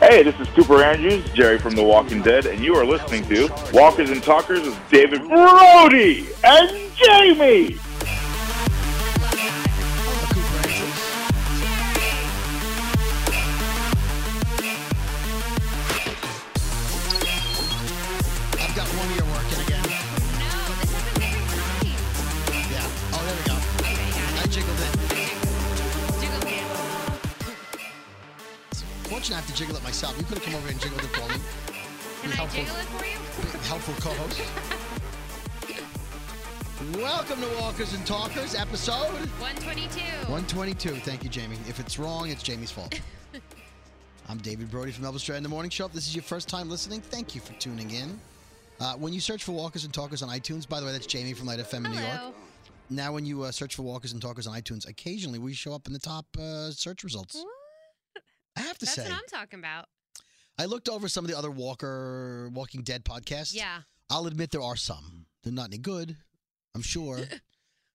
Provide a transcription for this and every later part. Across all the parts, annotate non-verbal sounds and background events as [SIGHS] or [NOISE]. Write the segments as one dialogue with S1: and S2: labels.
S1: Hey, this is Cooper Andrews, Jerry from The Walking Dead, and you are listening to Walkers and Talkers with David Brody and Jamie.
S2: I've got one ear working again. Yeah. Oh, there we go. I jiggled it. Fortunately, I have to jiggle it myself. You could have come over and jiggled it for me.
S3: Can I jiggle it for you?
S2: Be- Helpful co-host. Welcome to Walkers and Talkers, episode
S3: 122.
S2: 122. Thank you, Jamie. If it's wrong, it's Jamie's
S3: [LAUGHS]
S2: fault. I'm David Brody from Elvis Dread in the Morning Show. If this is your first time listening, thank you for tuning in. Uh, when you search for Walkers and Talkers on iTunes, by the way, that's Jamie from Light FM in New York.
S3: Hello.
S2: Now, when you uh, search for Walkers and Talkers on iTunes, occasionally we show up in the top uh, search results.
S3: What?
S2: I have to
S3: That's
S2: say,
S3: what I'm talking about.
S2: I looked over some of the other Walker Walking Dead podcasts.
S3: Yeah.
S2: I'll admit there are some. They're not any good, I'm
S3: [LAUGHS]
S2: sure.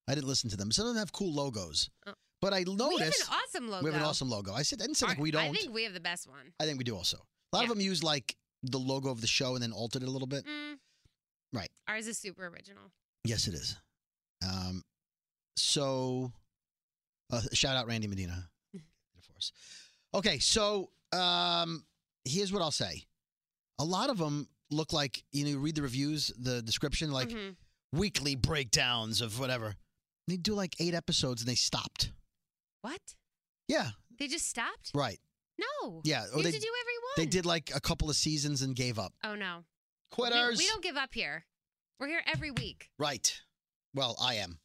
S2: I didn't listen to them. Some of them have cool logos,
S3: Oh.
S2: but I noticed
S3: we have an awesome logo.
S2: we have an awesome logo. I said I didn't say like
S3: Our-
S2: we don't.
S3: I think we have the best one.
S2: I think we do also. A lot of
S3: Yeah.
S2: them use like the logo of the show and then altered it a little bit.
S3: Mm.
S2: Right.
S3: Ours is super original.
S2: Yes, it is. Um, so, uh, shout out Randy
S3: [LAUGHS]
S2: Medina, of course. Okay, so um, here's what I'll say. A lot of them look like you know, you read the reviews, the description, like
S3: Mhm.
S2: weekly breakdowns of whatever. They do like eight episodes and they stopped.
S3: what?
S2: Yeah,
S3: They just stopped?
S2: right.
S3: No.
S2: Yeah, oh,
S3: you
S2: they-
S3: have to do every one.
S2: They did like a couple of seasons and gave up.
S3: Oh no. We-
S2: Quitters.
S3: We, don't give up here. We're here every week.
S2: Right. Well, I am.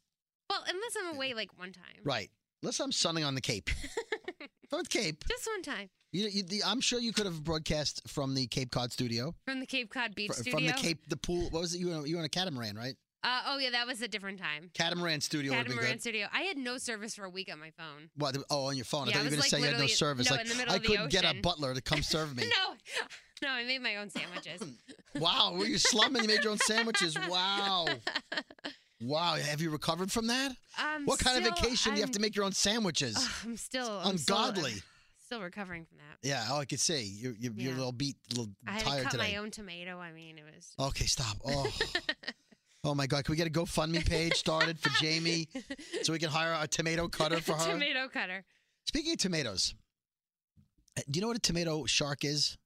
S3: Well, unless I'm away like one time.
S2: Right. Unless I'm sunning on the
S3: [LAUGHS]
S2: Cape. if I'm at the Cape,
S3: Just one time
S2: you, you, the, I'm sure you could have broadcast from the Cape Cod studio,
S3: from the Cape Cod Beach
S2: fr-
S3: Studio.
S2: from the Cape, the pool. What was it? You were, you were on a catamaran, right?
S3: Uh, oh yeah, that was a different time.
S2: Catamaran studio would have been
S3: Catamaran
S2: good.
S3: Studio. I had no service for a week on my phone.
S2: What? the- Oh, on your phone. I
S3: Yeah,
S2: thought
S3: I
S2: you were
S3: was,
S2: going
S3: like,
S2: to say you had no
S3: literally-
S2: service.
S3: no,
S2: like
S3: in the middle
S2: I
S3: of the
S2: couldn't get a
S3: ocean.
S2: butler to come
S3: [LAUGHS]
S2: serve me.
S3: No, no, I made my
S2: [LAUGHS]
S3: own sandwiches.
S2: Wow, were you slumming? You made your own
S3: [LAUGHS]
S2: sandwiches. Wow. Wow. Have you recovered from that?
S3: I'm
S2: what kind of
S3: Um, still-
S2: vacation do you have to
S3: I'm-
S2: make your own sandwiches?
S3: Ugh, [SIGHS] I'm still I'm still- I'm
S2: Ungodly.
S3: Still, recovering from that.
S2: yeah. Oh, I could see you, you, you're a
S3: Yeah.
S2: little beat, a little
S3: I had to
S2: tired
S3: cut
S2: today.
S3: my own tomato. I mean, it was.
S2: Okay, stop.
S3: [LAUGHS]
S2: Oh. oh my God. Can we get a GoFundMe page started for
S3: [LAUGHS]
S2: Jamie so we can hire a tomato cutter for her?
S3: tomato cutter.
S2: Speaking of tomatoes, uh, do you know what a tomato shark is?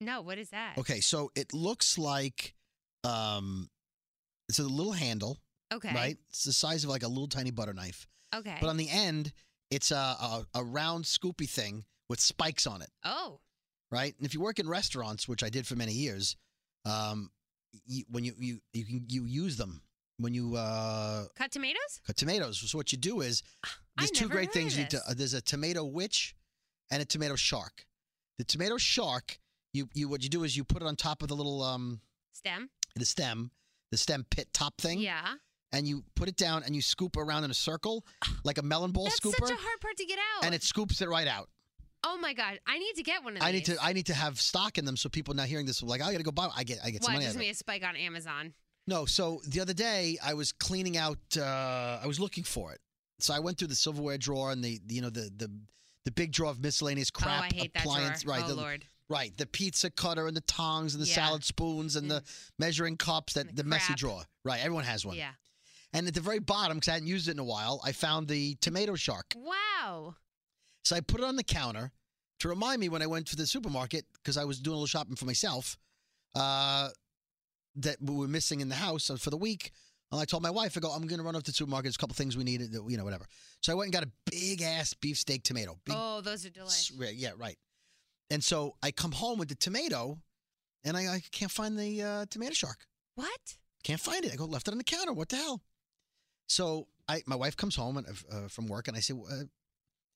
S3: No, what is that?
S2: Okay, so it looks like um it's a little handle,
S3: Okay.
S2: right? It's the size of like a little tiny butter knife.
S3: Okay.
S2: But on the end, it's a, a a round scoopy thing with spikes on it,
S3: oh,
S2: right? And if you work in restaurants, which I did for many years, um you, when you, you you can you use them when you uh
S3: cut tomatoes?
S2: cut tomatoes. So what you do is
S3: I
S2: there's two
S3: never
S2: great
S3: heard
S2: things
S3: of
S2: you need to.
S3: this.
S2: Uh, there's a tomato witch, and a tomato shark. The tomato shark, you you what you do is you put it on top of the little um
S3: Stem.
S2: the stem, the stem pit top thing,
S3: Yeah.
S2: and you put it down and you scoop around in a
S3: [SIGHS]
S2: circle like a melon ball
S3: That's
S2: scooper,
S3: such a hard part to get out.
S2: and it scoops it right out.
S3: oh my god, I need to get one of these.
S2: I need to I need to have stock in them so people not hearing this will be like "Oh, I gotta go buy. I get I get some
S3: Why
S2: money out
S3: just
S2: of it.
S3: me a spike on Amazon?
S2: No, so the other day I was cleaning out. Uh, I was looking for it, so I went through the silverware drawer and the you know the the the big drawer of miscellaneous crap
S3: oh, I hate that
S2: appliance.
S3: drawer.
S2: Right,
S3: oh
S2: the,
S3: lord.
S2: right, the pizza cutter and the tongs and the
S3: Yeah.
S2: salad spoons and the measuring cups. That
S3: And
S2: the,
S3: the
S2: messy
S3: crap.
S2: drawer. Right, everyone has one.
S3: Yeah.
S2: And at the very bottom, because I hadn't used it in a while, I found the tomato shark.
S3: Wow.
S2: So I put it on the counter to remind me when I went to the supermarket because I was doing a little shopping for myself uh, that we were missing in the house uh, for the week. And I told my wife, I go, I'm going to run up to the supermarket. There's a couple things we need, uh, you know, whatever. So I went and got a big ass beefsteak tomato. Big,
S3: Oh, those are
S2: s-
S3: delicious.
S2: yeah, yeah, right. And so I come home with the tomato and I, I can't find the uh, tomato shark.
S3: What?
S2: Can't find it. I go left it on the counter. What the hell? So I, my wife comes home and, uh, from work, and I say, uh,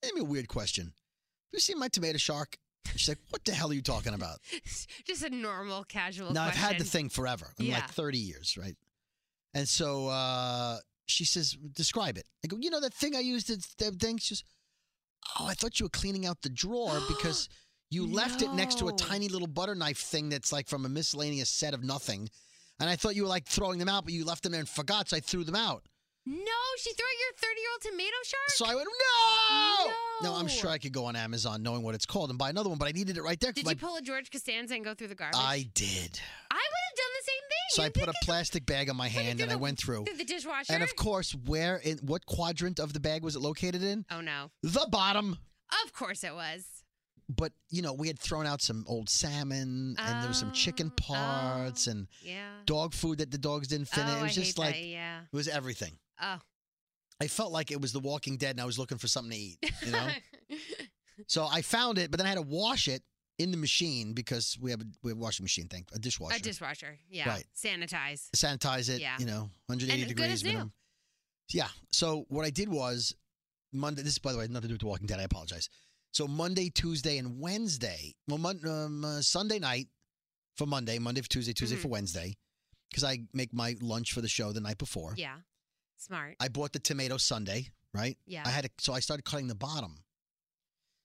S2: "Give me a weird question. Have you seen my tomato shark?" And She's like, "What the hell are you talking about?"
S3: [LAUGHS] Just a normal, casual.
S2: now
S3: question.
S2: I've had the thing forever, I mean,
S3: Yeah.
S2: like thirty years, right? And so uh, she says, "Describe it." I go, "You know that thing I used? It's that thing." She says, "Oh, I thought you were cleaning out the drawer
S3: [GASPS]
S2: because." You left it next to a
S3: No.
S2: tiny little butter knife thing that's like from a miscellaneous set of nothing. And I thought you were like throwing them out, but you left them there and forgot, so I threw them out.
S3: No, she threw out your 30 year old tomato shark?
S2: So I went, no! No, I'm sure I could go on Amazon knowing what it's called and buy another one, but I needed it right there. 'cause
S3: Did
S2: my-
S3: you pull a George Costanza and go through the garbage?
S2: I did.
S3: I would have done the same thing.
S2: So
S3: You
S2: I put
S3: think
S2: a plastic bag on my
S3: you
S2: hand
S3: do
S2: and I
S3: the-
S2: went through.
S3: through the dishwasher.
S2: And of course, where in what quadrant of the bag was it located in?
S3: oh no,
S2: The bottom.
S3: of course it was.
S2: But you know, we had thrown out some old salmon and there was some chicken
S3: Oh, oh.
S2: parts and
S3: Yeah.
S2: dog food that the dogs didn't finish.
S3: oh,
S2: it was
S3: I
S2: just
S3: hate
S2: like
S3: that. yeah.
S2: it was everything.
S3: Oh,
S2: I felt like it was The Walking Dead and I was looking for something to eat, you
S3: [LAUGHS]
S2: know? so I found it, but then I had to wash it in the machine because we have a, we have a washing machine, thank a dishwasher.
S3: a dishwasher. Yeah,
S2: Right.
S3: sanitize.
S2: sanitize it,
S3: Yeah.
S2: you know, 180
S3: And good
S2: degrees
S3: as new.
S2: minimum. Yeah. So what I did was Monday. This, by the way, has nothing to do with The Walking Dead. I apologize. So Monday, Tuesday, and Wednesday. Well, mon- um, uh, Sunday night for Monday, Monday for Tuesday, Tuesday
S3: Mm-hmm.
S2: for Wednesday, because I make my lunch for the show the night before.
S3: Yeah, smart.
S2: I bought the tomato Sunday, right?
S3: Yeah.
S2: I had to, so I started cutting the bottom.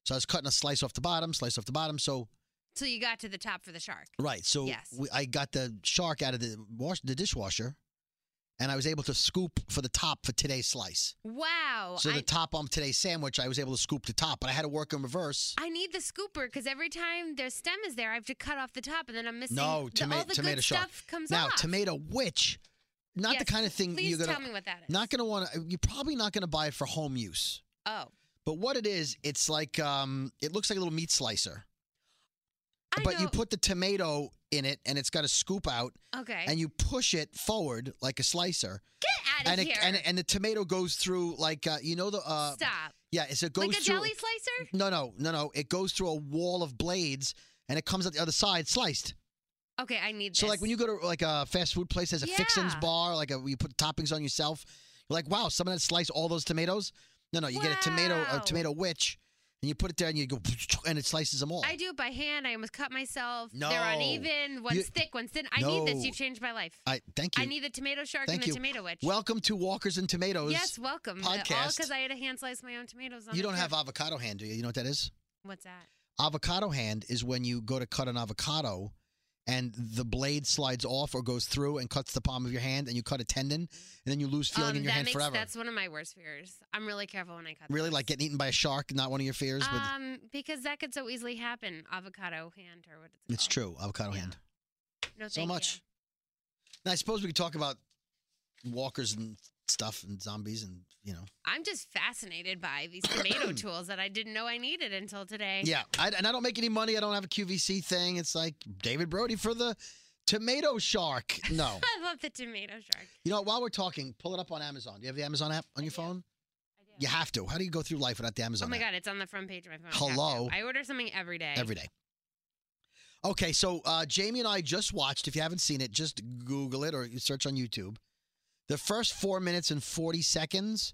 S2: So I was cutting a slice off the bottom, slice off the bottom. So
S3: So you got to the top for the shark.
S2: Right. So
S3: Yes.
S2: we, I got the shark out of the wash the dishwasher, and I was able to scoop for the top for today's slice.
S3: Wow.
S2: so
S3: I,
S2: the top on today's sandwich, I was able to scoop the top, but I had to work in reverse.
S3: I need the scooper because every time their stem is there, I have to cut off the top, and then I'm missing.
S2: No,
S3: the-
S2: toma-
S3: all the
S2: tomato
S3: good
S2: shark.
S3: stuff comes
S2: now
S3: off.
S2: tomato, which not the
S3: Yes,
S2: kind of thing
S3: Please
S2: you're gonna
S3: tell me what that is.
S2: not gonna want to. You're probably not gonna buy it for home use.
S3: Oh,
S2: But what it is, it's like um, it looks like a little meat slicer.
S3: I
S2: but
S3: know.
S2: you put the tomato in it, and it's got a scoop out,
S3: okay.
S2: and you push it forward like a slicer,
S3: Get out of
S2: and, it,
S3: here.
S2: and and the tomato goes thes through like uh, you know the uh,
S3: Stop.
S2: Yeah, so it goes
S3: like a
S2: through.
S3: deli slicer?
S2: No, no, no, no. It goes through a wall of blades, and it comes out the other side sliced.
S3: Okay, I need.
S2: So like when you go to like a fast food place that has a fixins
S3: Yeah.
S2: bar, like a, you put toppings on yourself, you're like, wow, someone had sliced all those tomatoes. No, no, you get a tomato, a
S3: Wow.
S2: tomato witch, and you put it there, and you go, [LAUGHS] and it slices them all.
S3: I do it by hand. I almost cut myself. They're
S2: No.
S3: uneven. One's
S2: You-
S3: thick, one's thin. I need
S2: No.
S3: this. You changed my life.
S2: I thank you.
S3: I need the tomato shark
S2: Thank
S3: and the
S2: you.
S3: tomato witch.
S2: Welcome to Walkers and Tomatoes.
S3: yes, welcome. Uh, All
S2: podcast.
S3: because I had to hand slice my own tomatoes. On
S2: you
S3: the
S2: don't
S3: trip.
S2: have avocado hand, do you? You know what that is?
S3: What's that?
S2: Avocado hand is when you go to cut an avocado and the blade slides off or goes through and cuts the palm of your hand and you cut a tendon and then you lose feeling
S3: Um,
S2: in your
S3: that
S2: hand
S3: makes,
S2: forever.
S3: That's one of my worst fears. I'm really careful when I cut.
S2: really
S3: those.
S2: like getting eaten by a shark, not one of your fears, but
S3: Um, because that could so easily happen. Avocado hand or what it's
S2: it's
S3: called.
S2: true. Avocado
S3: yeah.
S2: hand.
S3: No,
S2: So
S3: thank
S2: much. Now, I suppose we could talk about walkers and stuff and zombies and, you know.
S3: you. I'm just fascinated by these
S2: [CLEARS THROAT]
S3: tomato tools that I didn't know I needed until today.
S2: Yeah. I, and I don't make any money. I don't have a QVC thing. It's like David Brody for the tomato shark.
S3: [LAUGHS]
S2: No.
S3: [LAUGHS] I love the tomato shark.
S2: you know, while we're talking, pull it up on Amazon. Do you have the Amazon app on your
S3: do.
S2: phone?
S3: I do.
S2: You have to. How do you go through life without the Amazon
S3: Oh my
S2: app?
S3: god, it's on the front page of my phone. I have to.
S2: Hello.
S3: I order something every day.
S2: every day. Okay, so uh, Jamie and I just watched. If you haven't seen it, just Google it or you search on YouTube. The first four minutes and forty seconds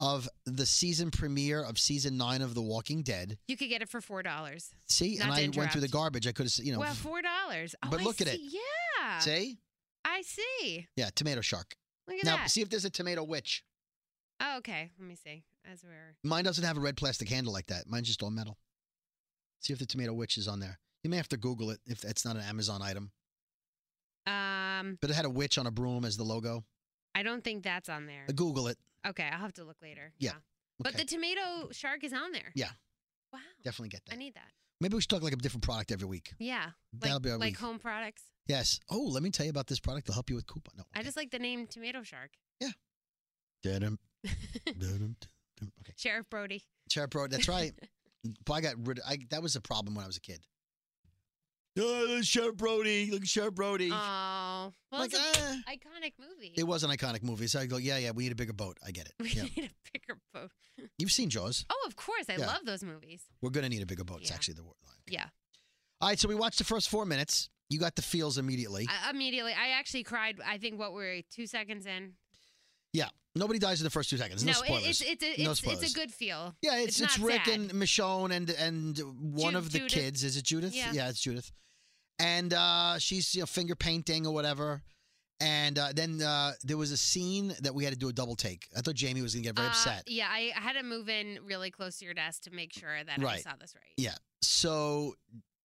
S2: of the season premiere of season nine of The Walking Dead.
S3: You could get it for four dollars.
S2: See, and
S3: Not to
S2: I went
S3: interrupt.
S2: through the garbage. I could have, you know,
S3: Well, uh, four dollars. Oh,
S2: But
S3: I
S2: look at
S3: see.
S2: it.
S3: Yeah.
S2: see,
S3: I see.
S2: yeah, tomato shark.
S3: Look at
S2: Now
S3: that.
S2: see if there's a tomato witch.
S3: oh, okay. Let me see. As we're
S2: Mine doesn't have a red plastic handle like that. Mine's just all metal. See if the tomato witch is on there. You may have to Google it if that's not an Amazon item.
S3: um
S2: But it had a witch on a broom as the logo.
S3: I don't think that's on there.
S2: Google it.
S3: Okay, I'll have to look later.
S2: Yeah.
S3: But
S2: Okay.
S3: the tomato shark is on there.
S2: Yeah.
S3: Wow.
S2: Definitely get that.
S3: I need that.
S2: Maybe we should talk like a different product every week.
S3: Yeah.
S2: That'll
S3: Like,
S2: be our
S3: like
S2: week.
S3: home products.
S2: Yes. Oh, let me tell you about this product. They'll help you with coupon. No.
S3: I just like the name tomato shark. [LAUGHS]
S2: Dun-dum, dun-dum, dun-dum. Okay.
S3: Sheriff Brody.
S2: Sheriff Brody. That's
S3: [LAUGHS]
S2: right. Boy, I got rid. I that was a problem when I was a kid. Oh, look, at Sheriff Brody. Look, at Sheriff Brody.
S3: Oh. Well,
S2: like,
S3: it's an
S2: ah.
S3: iconic movie.
S2: It was an iconic movie. So I go, yeah, yeah. We need a bigger boat. I get it.
S3: [LAUGHS] we
S2: Yeah.
S3: need a bigger boat.
S2: You've seen Jaws.
S3: Oh, of course. I
S2: Yeah.
S3: love those movies.
S2: We're gonna need a bigger boat. It's
S3: Yeah.
S2: actually the word line.
S3: Yeah.
S2: All right. So we watched the first four minutes. You got the feels immediately.
S3: I, immediately. I actually cried. I think what were we, two seconds in.
S2: yeah. Nobody dies in the first two seconds. No,
S3: no, it,
S2: spoilers.
S3: it's it's a,
S2: No
S3: it's, it's
S2: spoilers.
S3: a good feel.
S2: Yeah, it's it's,
S3: It's not
S2: Rick
S3: sad.
S2: and Michonne and and one
S3: Ju-
S2: of the
S3: Judith.
S2: kids. Is it Judith?
S3: Yeah.
S2: it's Judith. And uh, she's you know, finger painting or whatever. And uh, then uh, there was a scene that we had to do a double take. I thought Jamie was gonna get very
S3: Uh,
S2: upset.
S3: Yeah, I I had to move in really close to your desk to make sure that I
S2: Right.
S3: saw this right.
S2: Yeah. So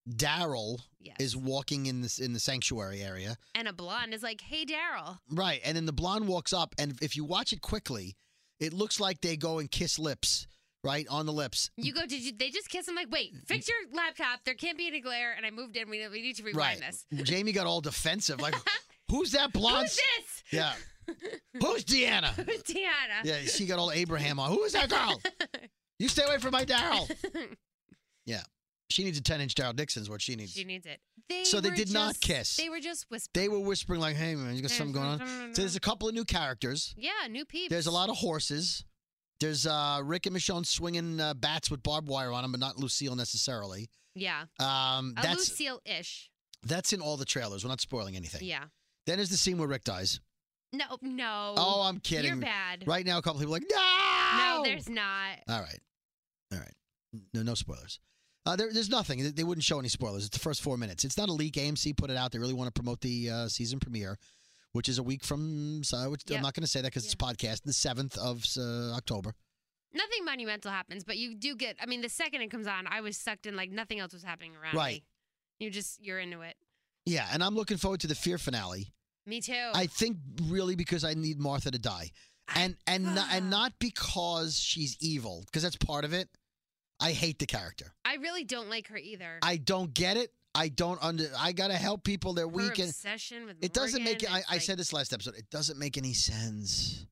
S2: Daryl
S3: Yes.
S2: is walking in this in the sanctuary area,
S3: and a blonde is like, "Hey, Daryl."
S2: right? And then the blonde walks up, and if you watch it quickly, it looks like they go and kiss lips right on the lips.
S3: You go, did you? They just kiss. I'm like, wait,
S2: Mm-hmm.
S3: fix your laptop. There can't be any glare. And I moved in. We, we need to rewind this.
S2: Jamie got all defensive.
S3: [LAUGHS]
S2: Like, who's that blonde?
S3: Who's this? [LAUGHS]
S2: yeah. Who's Deanna?
S3: Who's Tiana?
S2: Yeah, she got all Abraham on. Who is that girl? You stay away from my
S3: [LAUGHS]
S2: Daryl. She needs a 10 inch Daryl Dixon's what she needs.
S3: she needs it. They
S2: So they
S3: were
S2: did not
S3: just-
S2: kiss.
S3: They were just whispering.
S2: they were whispering, like, hey, man, you got something going on? So there's a couple of new characters.
S3: yeah, new peeps.
S2: There's a lot of horses. There's uh, Rick and Michonne swinging uh, bats with barbed wire on them, but not Lucille necessarily.
S3: Yeah,
S2: Um,
S3: a
S2: that's
S3: Lucille-ish.
S2: that's in all the trailers. We're not spoiling anything.
S3: Yeah.
S2: Then is the scene where Rick dies.
S3: No, no.
S2: Oh, I'm kidding.
S3: You're bad.
S2: Right now, a couple people are like, no!
S3: No, there's not.
S2: All right. All right. No, no spoilers. Uh, there, there's nothing. They- They wouldn't show any spoilers. It's the first four minutes. It's not a leak. AMC put it out. They really want to promote the uh, season premiere, which is a week from. So which
S3: Yep.
S2: I'm not going to say that because it's a podcast. The seventh of uh, October.
S3: Nothing monumental happens, but you do get. I mean, the second it comes on, I was sucked in like nothing else was happening around
S2: Right.
S3: me. You just you're into it.
S2: Yeah, and I'm looking forward to the Fear finale.
S3: Me too.
S2: I think really because I need Martha to die, and and not, and
S3: Ah.
S2: not because she's evil because that's part of it. I hate the character.
S3: I really don't like her either.
S2: I don't get it. I don't under. I gotta help people. They're
S3: her
S2: weak and
S3: obsession with
S2: It doesn't make.
S3: Morgan,
S2: I,
S3: it's
S2: I
S3: like-
S2: said this last episode. It doesn't make any sense.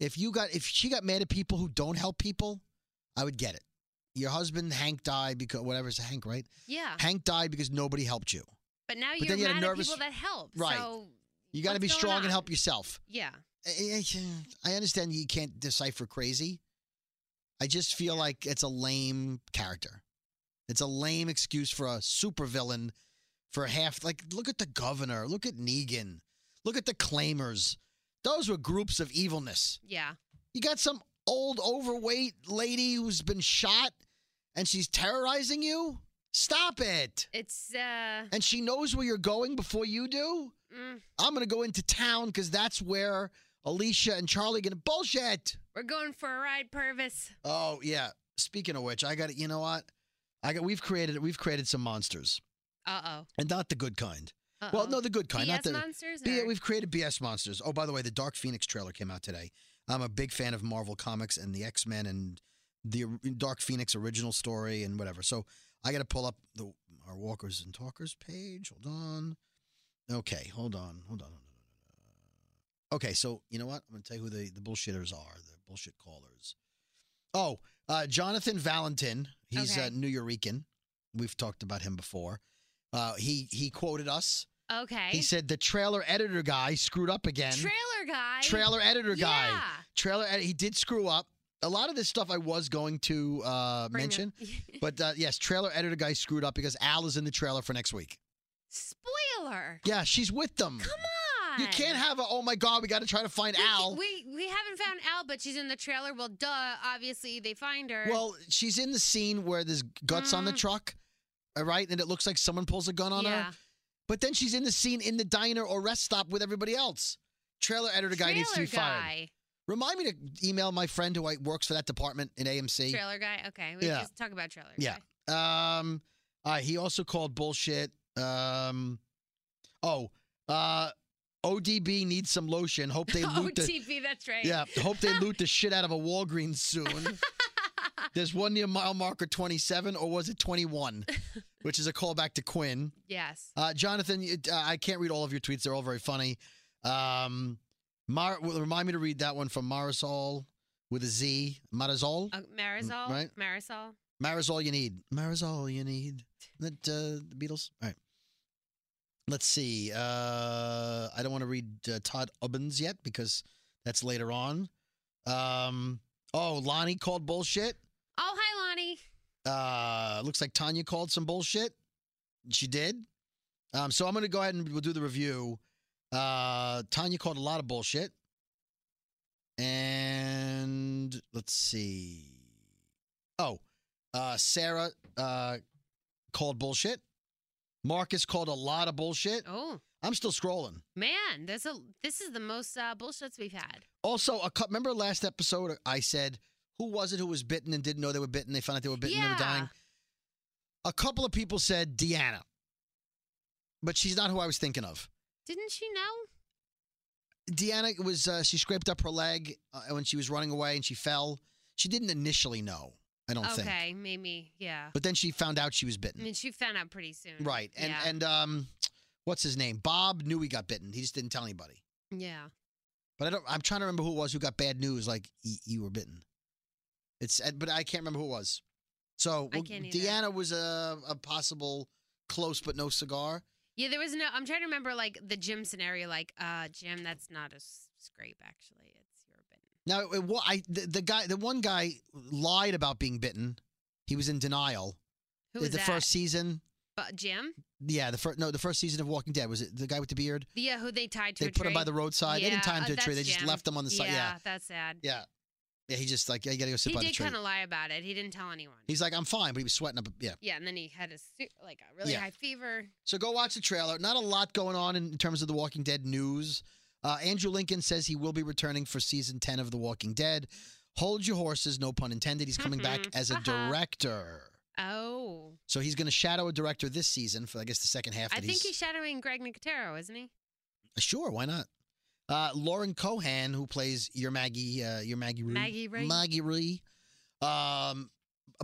S2: If you got, if she got mad at people who don't help people, I would get it. Your husband Hank died because whatever it's Hank, right?
S3: Yeah,
S2: Hank died because nobody helped you.
S3: but now
S2: but
S3: you're
S2: then you had a
S3: mad
S2: nervous-
S3: at people that help.
S2: Right.
S3: So
S2: You got to
S3: What's
S2: be
S3: going
S2: strong and
S3: on?
S2: help yourself.
S3: yeah,
S2: I I- I understand you can't decipher crazy. I just feel like it's a lame character. It's a lame excuse for a supervillain for half. Like, look at the governor. Look at Negan. Look at the claimers. Those were groups of evilness.
S3: yeah.
S2: You got some old, overweight lady who's been shot and she's terrorizing you? Stop it.
S3: It's uh,
S2: And she knows where you're going before you do?
S3: mm,
S2: I'm going to go into town because that's where Alicia and Charlie going to bullshit.
S3: we're going for a ride, Purvis.
S2: Oh, yeah. Speaking of which, I got to, you know what? I got, we've created, we've created some monsters
S3: Uh oh.
S2: and not the good kind. Well, no, the good kind, not
S3: BS
S2: the,
S3: monsters.
S2: B-
S3: or-
S2: we've created BS monsters. Oh, by the way, the Dark Phoenix trailer came out today. I'm a big fan of Marvel comics and the X Men and the or- Dark Phoenix original story and whatever. So I got to pull up the our Walkers and Talkers page. Hold on. Okay, hold on, hold on, hold on. hold on. Okay, so you know what? I'm going to tell you who the, the bullshitters are, the bullshit callers. Oh, uh, Jonathan Valentin. He's
S3: Okay.
S2: uh, New Yorican. We've talked about him before. Uh, he he quoted us.
S3: okay.
S2: He said the trailer editor guy screwed up again.
S3: Trailer guy.
S2: Trailer editor guy.
S3: Yeah.
S2: Trailer edi- he did screw up. A lot of this stuff I was going to uh,
S3: Bring it-
S2: mention, but uh, yes, trailer editor guy screwed up because Al is in the trailer for next week.
S3: [LAUGHS] Spoiler.
S2: Yeah, she's with them.
S3: Come on.
S2: You can't have a oh my god, we got to try to find
S3: We ca-
S2: Al.
S3: We we haven't found Al, but she's in the trailer. Well, duh. Obviously, they find her.
S2: well, she's in the scene where there's guts on the
S3: Mm.
S2: truck, all right, and it looks like someone pulls a gun on
S3: yeah.
S2: her. But then she's in the scene in the diner or rest stop with everybody else. Trailer editor guy
S3: trailer
S2: needs to be fired.
S3: guy.
S2: Remind me to email my friend who I, works for that department in AMC.
S3: Trailer guy. Okay, we
S2: Yeah.
S3: just talk about trailer.
S2: Yeah.
S3: guy.
S2: Um, all right, he also called bullshit. Um, oh, uh, ODB needs some lotion. Hope
S3: [LAUGHS]
S2: they loot the
S3: OTP. Oh, That's right.
S2: yeah. Hope they loot the shit out of a Walgreens soon. There's one near mile marker 27, or was it 21? Which is a callback to Quinn.
S3: yes.
S2: Uh, Jonathan, you- uh, I can't read all of your tweets. They're all very funny. Um, Mar- well, remind me to read that one from Marisol with a Z. Marisol?
S3: Uh, Marisol.
S2: right.
S3: Marisol.
S2: Marisol, you need. Marisol, you need. That, uh, the Beatles? All right. Let's see. Uh, I don't want to read uh, Todd Ubbins yet because that's later on. Um, oh, Lonnie called bullshit.
S3: Oh, hi, Lonnie.
S2: Uh, looks like Tanya called some bullshit. She did. Um, so I'm going to go ahead and we'll do the review. Uh, Tanya called a lot of bullshit. And let's see. Oh, uh, Sarah uh, called bullshit. Marcus called a lot of bullshit.
S3: Oh
S2: I'm still scrolling.
S3: man, this a this is the most uh, bullshits we've had.
S2: Also, a cou- remember last episode I said who was it who was bitten and didn't know they were bitten? They found out they were bitten. They
S3: Yeah.
S2: were dying. A couple of people said Deanna, but she's not who I was thinking of.
S3: Didn't she know?
S2: Deanna was uh, she scraped up her leg uh, when she was running away and she fell. She didn't initially know, I don't think.
S3: Okay, maybe. Yeah.
S2: But then she found out she was bitten.
S3: I mean, she found out pretty soon.
S2: right. And
S3: Mm-hmm. yeah.
S2: and um what's his name? Bob knew he got bitten. He just didn't tell anybody.
S3: yeah.
S2: But I don't I'm trying to remember who it was who got bad news like "Y- you were bitten. It's uh, but I can't remember who it was. So
S3: I
S2: well,
S3: can't either.
S2: Deanna was a, a possible close but no cigar.
S3: Yeah, there was no. I'm trying to remember like the Jim scenario. Like, uh, Jim, that's not a s- scrape. Actually, it's your bitten.
S2: Now, it, wa- I the, the guy, the one guy lied about being bitten. He was in denial.
S3: Who
S2: the
S3: was
S2: the
S3: that?
S2: first season?
S3: Bu- Jim?
S2: Yeah, the first no, the first season of Walking Dead was it the guy with the beard?
S3: Yeah, who they tied to
S2: They
S3: a
S2: put him by
S3: tree?
S2: the roadside. they didn't
S3: Yeah,
S2: tie him
S3: uh,
S2: to a tree.
S3: that's
S2: They just
S3: Jim.
S2: left him on the side. Yeah,
S3: that's sad.
S2: yeah, yeah. He just like yeah, you gotta go sit
S3: he
S2: by the
S3: did
S2: tree.
S3: kind of lie about it. He didn't tell anyone.
S2: He's like, I'm fine, but he was sweating up. Yeah.
S3: yeah, and then he had a su- like a really
S2: Yeah.
S3: high fever.
S2: So go watch the trailer. Not a lot going on in terms of the Walking Dead news. Uh, Andrew Lincoln says he will be returning for season 10 of The Walking Dead. Hold your horses, no pun intended. He's coming back
S3: Mhm.
S2: as a
S3: Haha.
S2: director.
S3: Oh,
S2: So he's going to shadow a director this season for, I guess, the second half.
S3: I
S2: that
S3: think
S2: he's-
S3: he's shadowing Greg Nicotero, isn't he? [LAUGHS]
S2: Sure, why not? Uh, Lauren Cohan, who plays your Maggie, uh, your Maggie Ree.
S3: Maggie Ree.
S2: Maggie Ree. Um,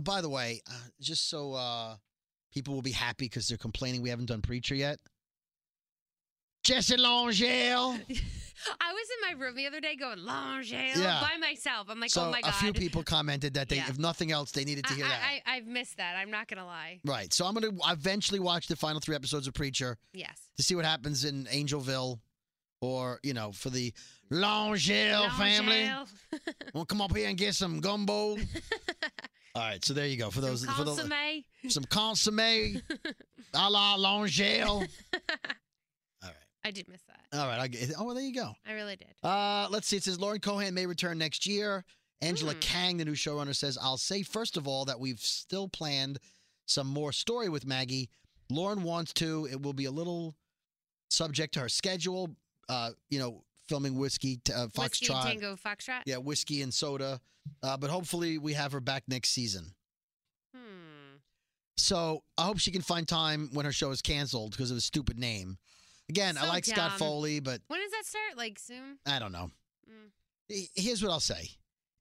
S2: by the way, uh, just so uh, people will be happy because they're complaining we haven't done Preacher yet. Jesse Langell.
S3: I was in my room the other day going Lange
S2: Yeah.
S3: by myself. I'm like,
S2: so
S3: oh my god.
S2: a few people commented that they,
S3: Yeah.
S2: if nothing else, they needed to
S3: I,
S2: hear that.
S3: I, I, I've missed that. I'm not gonna lie.
S2: right. So I'm going to eventually watch the final three episodes of Preacher
S3: Yes.
S2: to see what happens in Angelville, or you know, for the Langell family.
S3: Langell.
S2: Well, come up here and get some
S3: [LAUGHS]
S2: gumbo. All right, so there you go for those
S3: Some
S2: for the
S3: consommé.
S2: some consomme a la
S3: [LAUGHS]
S2: Langell. All right,
S3: [LAUGHS] I did miss that.
S2: all right. I get, oh, well, there you go.
S3: I really did.
S2: Uh, let's see. It says Lauren Cohan may return next year. Angela
S3: Hmm.
S2: Kang, the new showrunner, says, "I'll say first of all that we've still planned some more story with Maggie. Lauren wants to. It will be a little subject to her schedule. Uh, you know, filming whiskey, t- uh,
S3: Whiskey
S2: foxtrot,
S3: Tango Foxtrot.
S2: yeah, whiskey and soda. Uh, but hopefully, we have her back next season."
S3: Hmm.
S2: So I hope she can find time when her show is canceled because of a stupid name. Again, I
S3: So
S2: like Scott
S3: dumb.
S2: Foley, but
S3: When does that start? Like soon?
S2: I don't know.
S3: Mm.
S2: H- Here's what I'll say: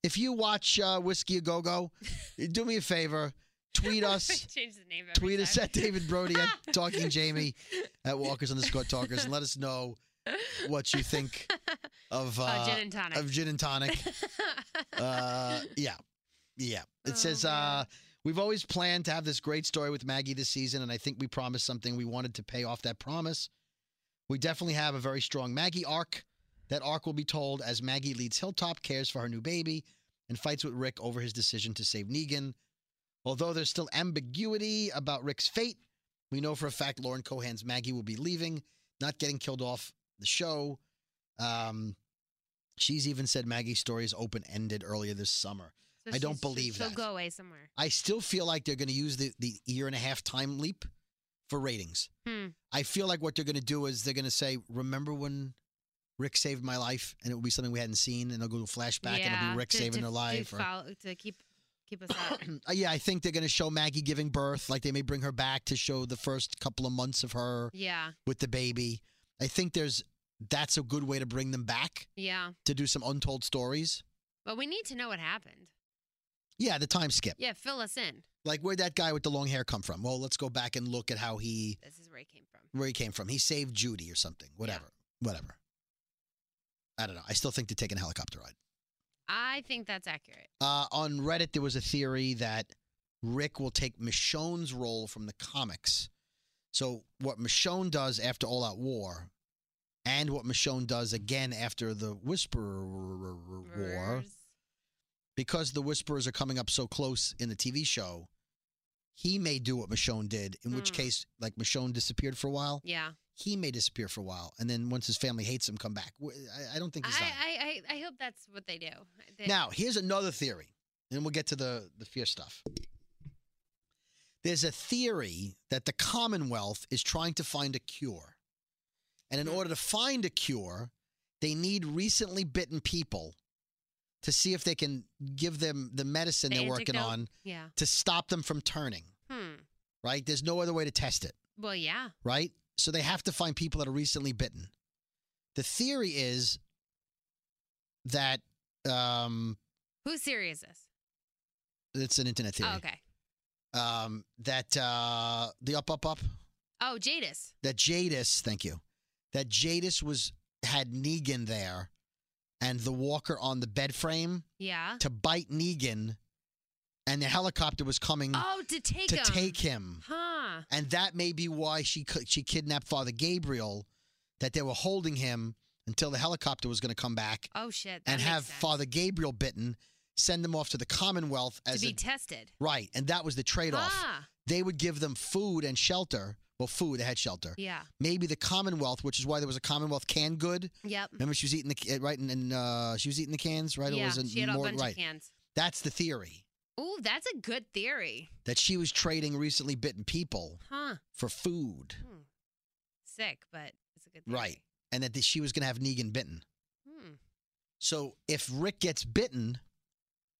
S2: If you watch uh, Whiskey a Go Go,
S3: [LAUGHS]
S2: do me a favor, tweet us,
S3: Change the name. every
S2: tweet us
S3: time.
S2: at
S3: [LAUGHS]
S2: David Brody at Talking Jamie at Walkers underscore Talkers, and let us know what you think of uh,
S3: Oh, gin and tonic.
S2: of gin and tonic.
S3: [LAUGHS]
S2: Uh, yeah. Yeah. It
S3: Oh,
S2: says, uh,
S3: man.
S2: we've always planned to have this great story with Maggie this season, and I think we promised something. We wanted to pay off that promise. We definitely have a very strong Maggie arc. That arc will be told as Maggie leads Hilltop, cares for her new baby, and fights with Rick over his decision to save Negan. Although there's still ambiguity about Rick's fate, we know for a fact Lauren Cohan's Maggie will be leaving, not getting killed off the show. Um, she's even said Maggie's story is open ended earlier this summer.
S3: So
S2: I don't
S3: she's-
S2: believe
S3: she'll
S2: that.
S3: go away somewhere.
S2: I still feel like they're going to use the, the year and a half time leap for ratings.
S3: Hmm.
S2: I feel like what they're going to do is they're going to say, Remember when Rick saved my life? And it will be something we hadn't seen, and they'll go to flashback and it'll
S3: Yeah,
S2: be Rick
S3: to-
S2: saving
S3: to-
S2: their
S3: to
S2: life. or-
S3: follow- to keep keep us up.
S2: [CLEARS THROAT] [COUGHS] Uh, yeah, I think they're going to show Maggie giving birth. Like they may bring her back to show the first couple of months of her
S3: yeah.
S2: with the baby. I think there's that's a good way to bring them back
S3: Yeah.
S2: to do some untold stories.
S3: But we need to know what happened.
S2: Yeah, the time skip.
S3: Yeah. Fill us in.
S2: Like where'd that guy with the long hair come from? Well, let's go back and look at how he
S3: This is where he came from.
S2: where he came from. He saved Judy or something. Whatever. Whatever. I don't know. I still think they're taking a helicopter ride.
S3: I think that's accurate.
S2: Uh, on Reddit, there was a theory that Rick will take Michonne's role from the comics. So what Michonne does after All Out War, and what Michonne does again after the Whisperer War,
S3: Roars.
S2: because the Whisperers are coming up so close in the TV show, he may do what Michonne did. In which
S3: Hmm.
S2: case, like Michonne disappeared for a while,
S3: Yeah.
S2: he may disappear for a while, and then once his family hates him, come back. Wh- I, I don't think he's done.
S3: I, I, I, I hope that's what they do. They-
S2: Now, here's another theory, and we'll get to the the fear stuff. There's a theory that the Commonwealth is trying to find a cure, and in
S3: Hmm.
S2: order to find a cure, they need recently bitten people to see if they can give them the medicine
S3: The
S2: they're working
S3: antidote?
S2: on
S3: yeah.
S2: to stop them from turning.
S3: Hmm.
S2: Right? There's no other way to test it
S3: Well, yeah.
S2: right? So they have to find people that are recently bitten. The theory is that um,
S3: Whose theory is this?
S2: It's an internet theory.
S3: Oh, okay.
S2: Um, that uh, the up, up, up.
S3: Oh, Jadis.
S2: That Jadis, thank you. That Jadis was had Negan there, and the Walker on the bed frame
S3: Yeah.
S2: to bite Negan, and the helicopter was coming
S3: Oh, to take
S2: Mm. to
S3: him.
S2: take him.
S3: Huh.
S2: and that may be why she ki- she kidnapped Father Gabriel, that they were holding him until the helicopter was going to come back
S3: Oh shit. that
S2: and
S3: makes
S2: have
S3: sense.
S2: Father Gabriel bitten, send them off to the Commonwealth
S3: to
S2: as
S3: be
S2: a,
S3: tested.
S2: right, and that was the trade off.
S3: Ah.
S2: They would give them food and shelter. Well, food they had shelter.
S3: Yeah.
S2: Maybe the Commonwealth, which is why there was a Commonwealth canned good.
S3: Yep.
S2: Remember, she was eating the ca- right, and, and uh, she was eating the cans, right?
S3: yeah.
S2: it was
S3: she had a
S2: more
S3: bunch
S2: right.
S3: of cans.
S2: That's the theory
S3: Ooh, that's a good theory.
S2: that she was trading recently bitten people
S3: Huh.
S2: for food,
S3: Hmm. Sick, but it's a good theory.
S2: Right. and that she was going to have Negan bitten.
S3: Hmm.
S2: So if Rick gets bitten,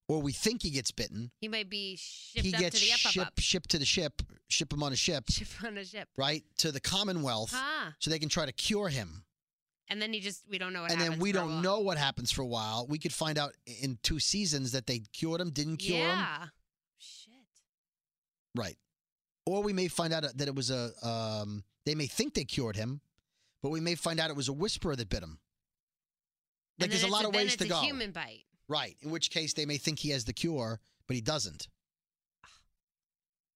S2: or we think he gets bitten,
S3: He might be shipped
S2: he
S3: up
S2: gets
S3: to the up,
S2: ship,
S3: up, up.
S2: shipped to the ship, ship him on a ship,
S3: [LAUGHS] Ship on a ship.
S2: right to the Commonwealth,
S3: Huh.
S2: so they can try to cure him.
S3: And then he just, we don't know what
S2: and
S3: happens.
S2: then we
S3: for a
S2: don't
S3: while.
S2: know what happens for a while. We could find out i- in two seasons that they cured him, didn't cure him,
S3: yeah. Shit.
S2: right? Or we may find out that it was a. Um, they may think they cured him, but we may find out it was a whisperer that bit him. Like
S3: and
S2: there's a
S3: then it's
S2: lot of
S3: then
S2: ways
S3: it's
S2: to
S3: a
S2: go,
S3: human bite.
S2: right? In which case they may think he has the cure, but he doesn't.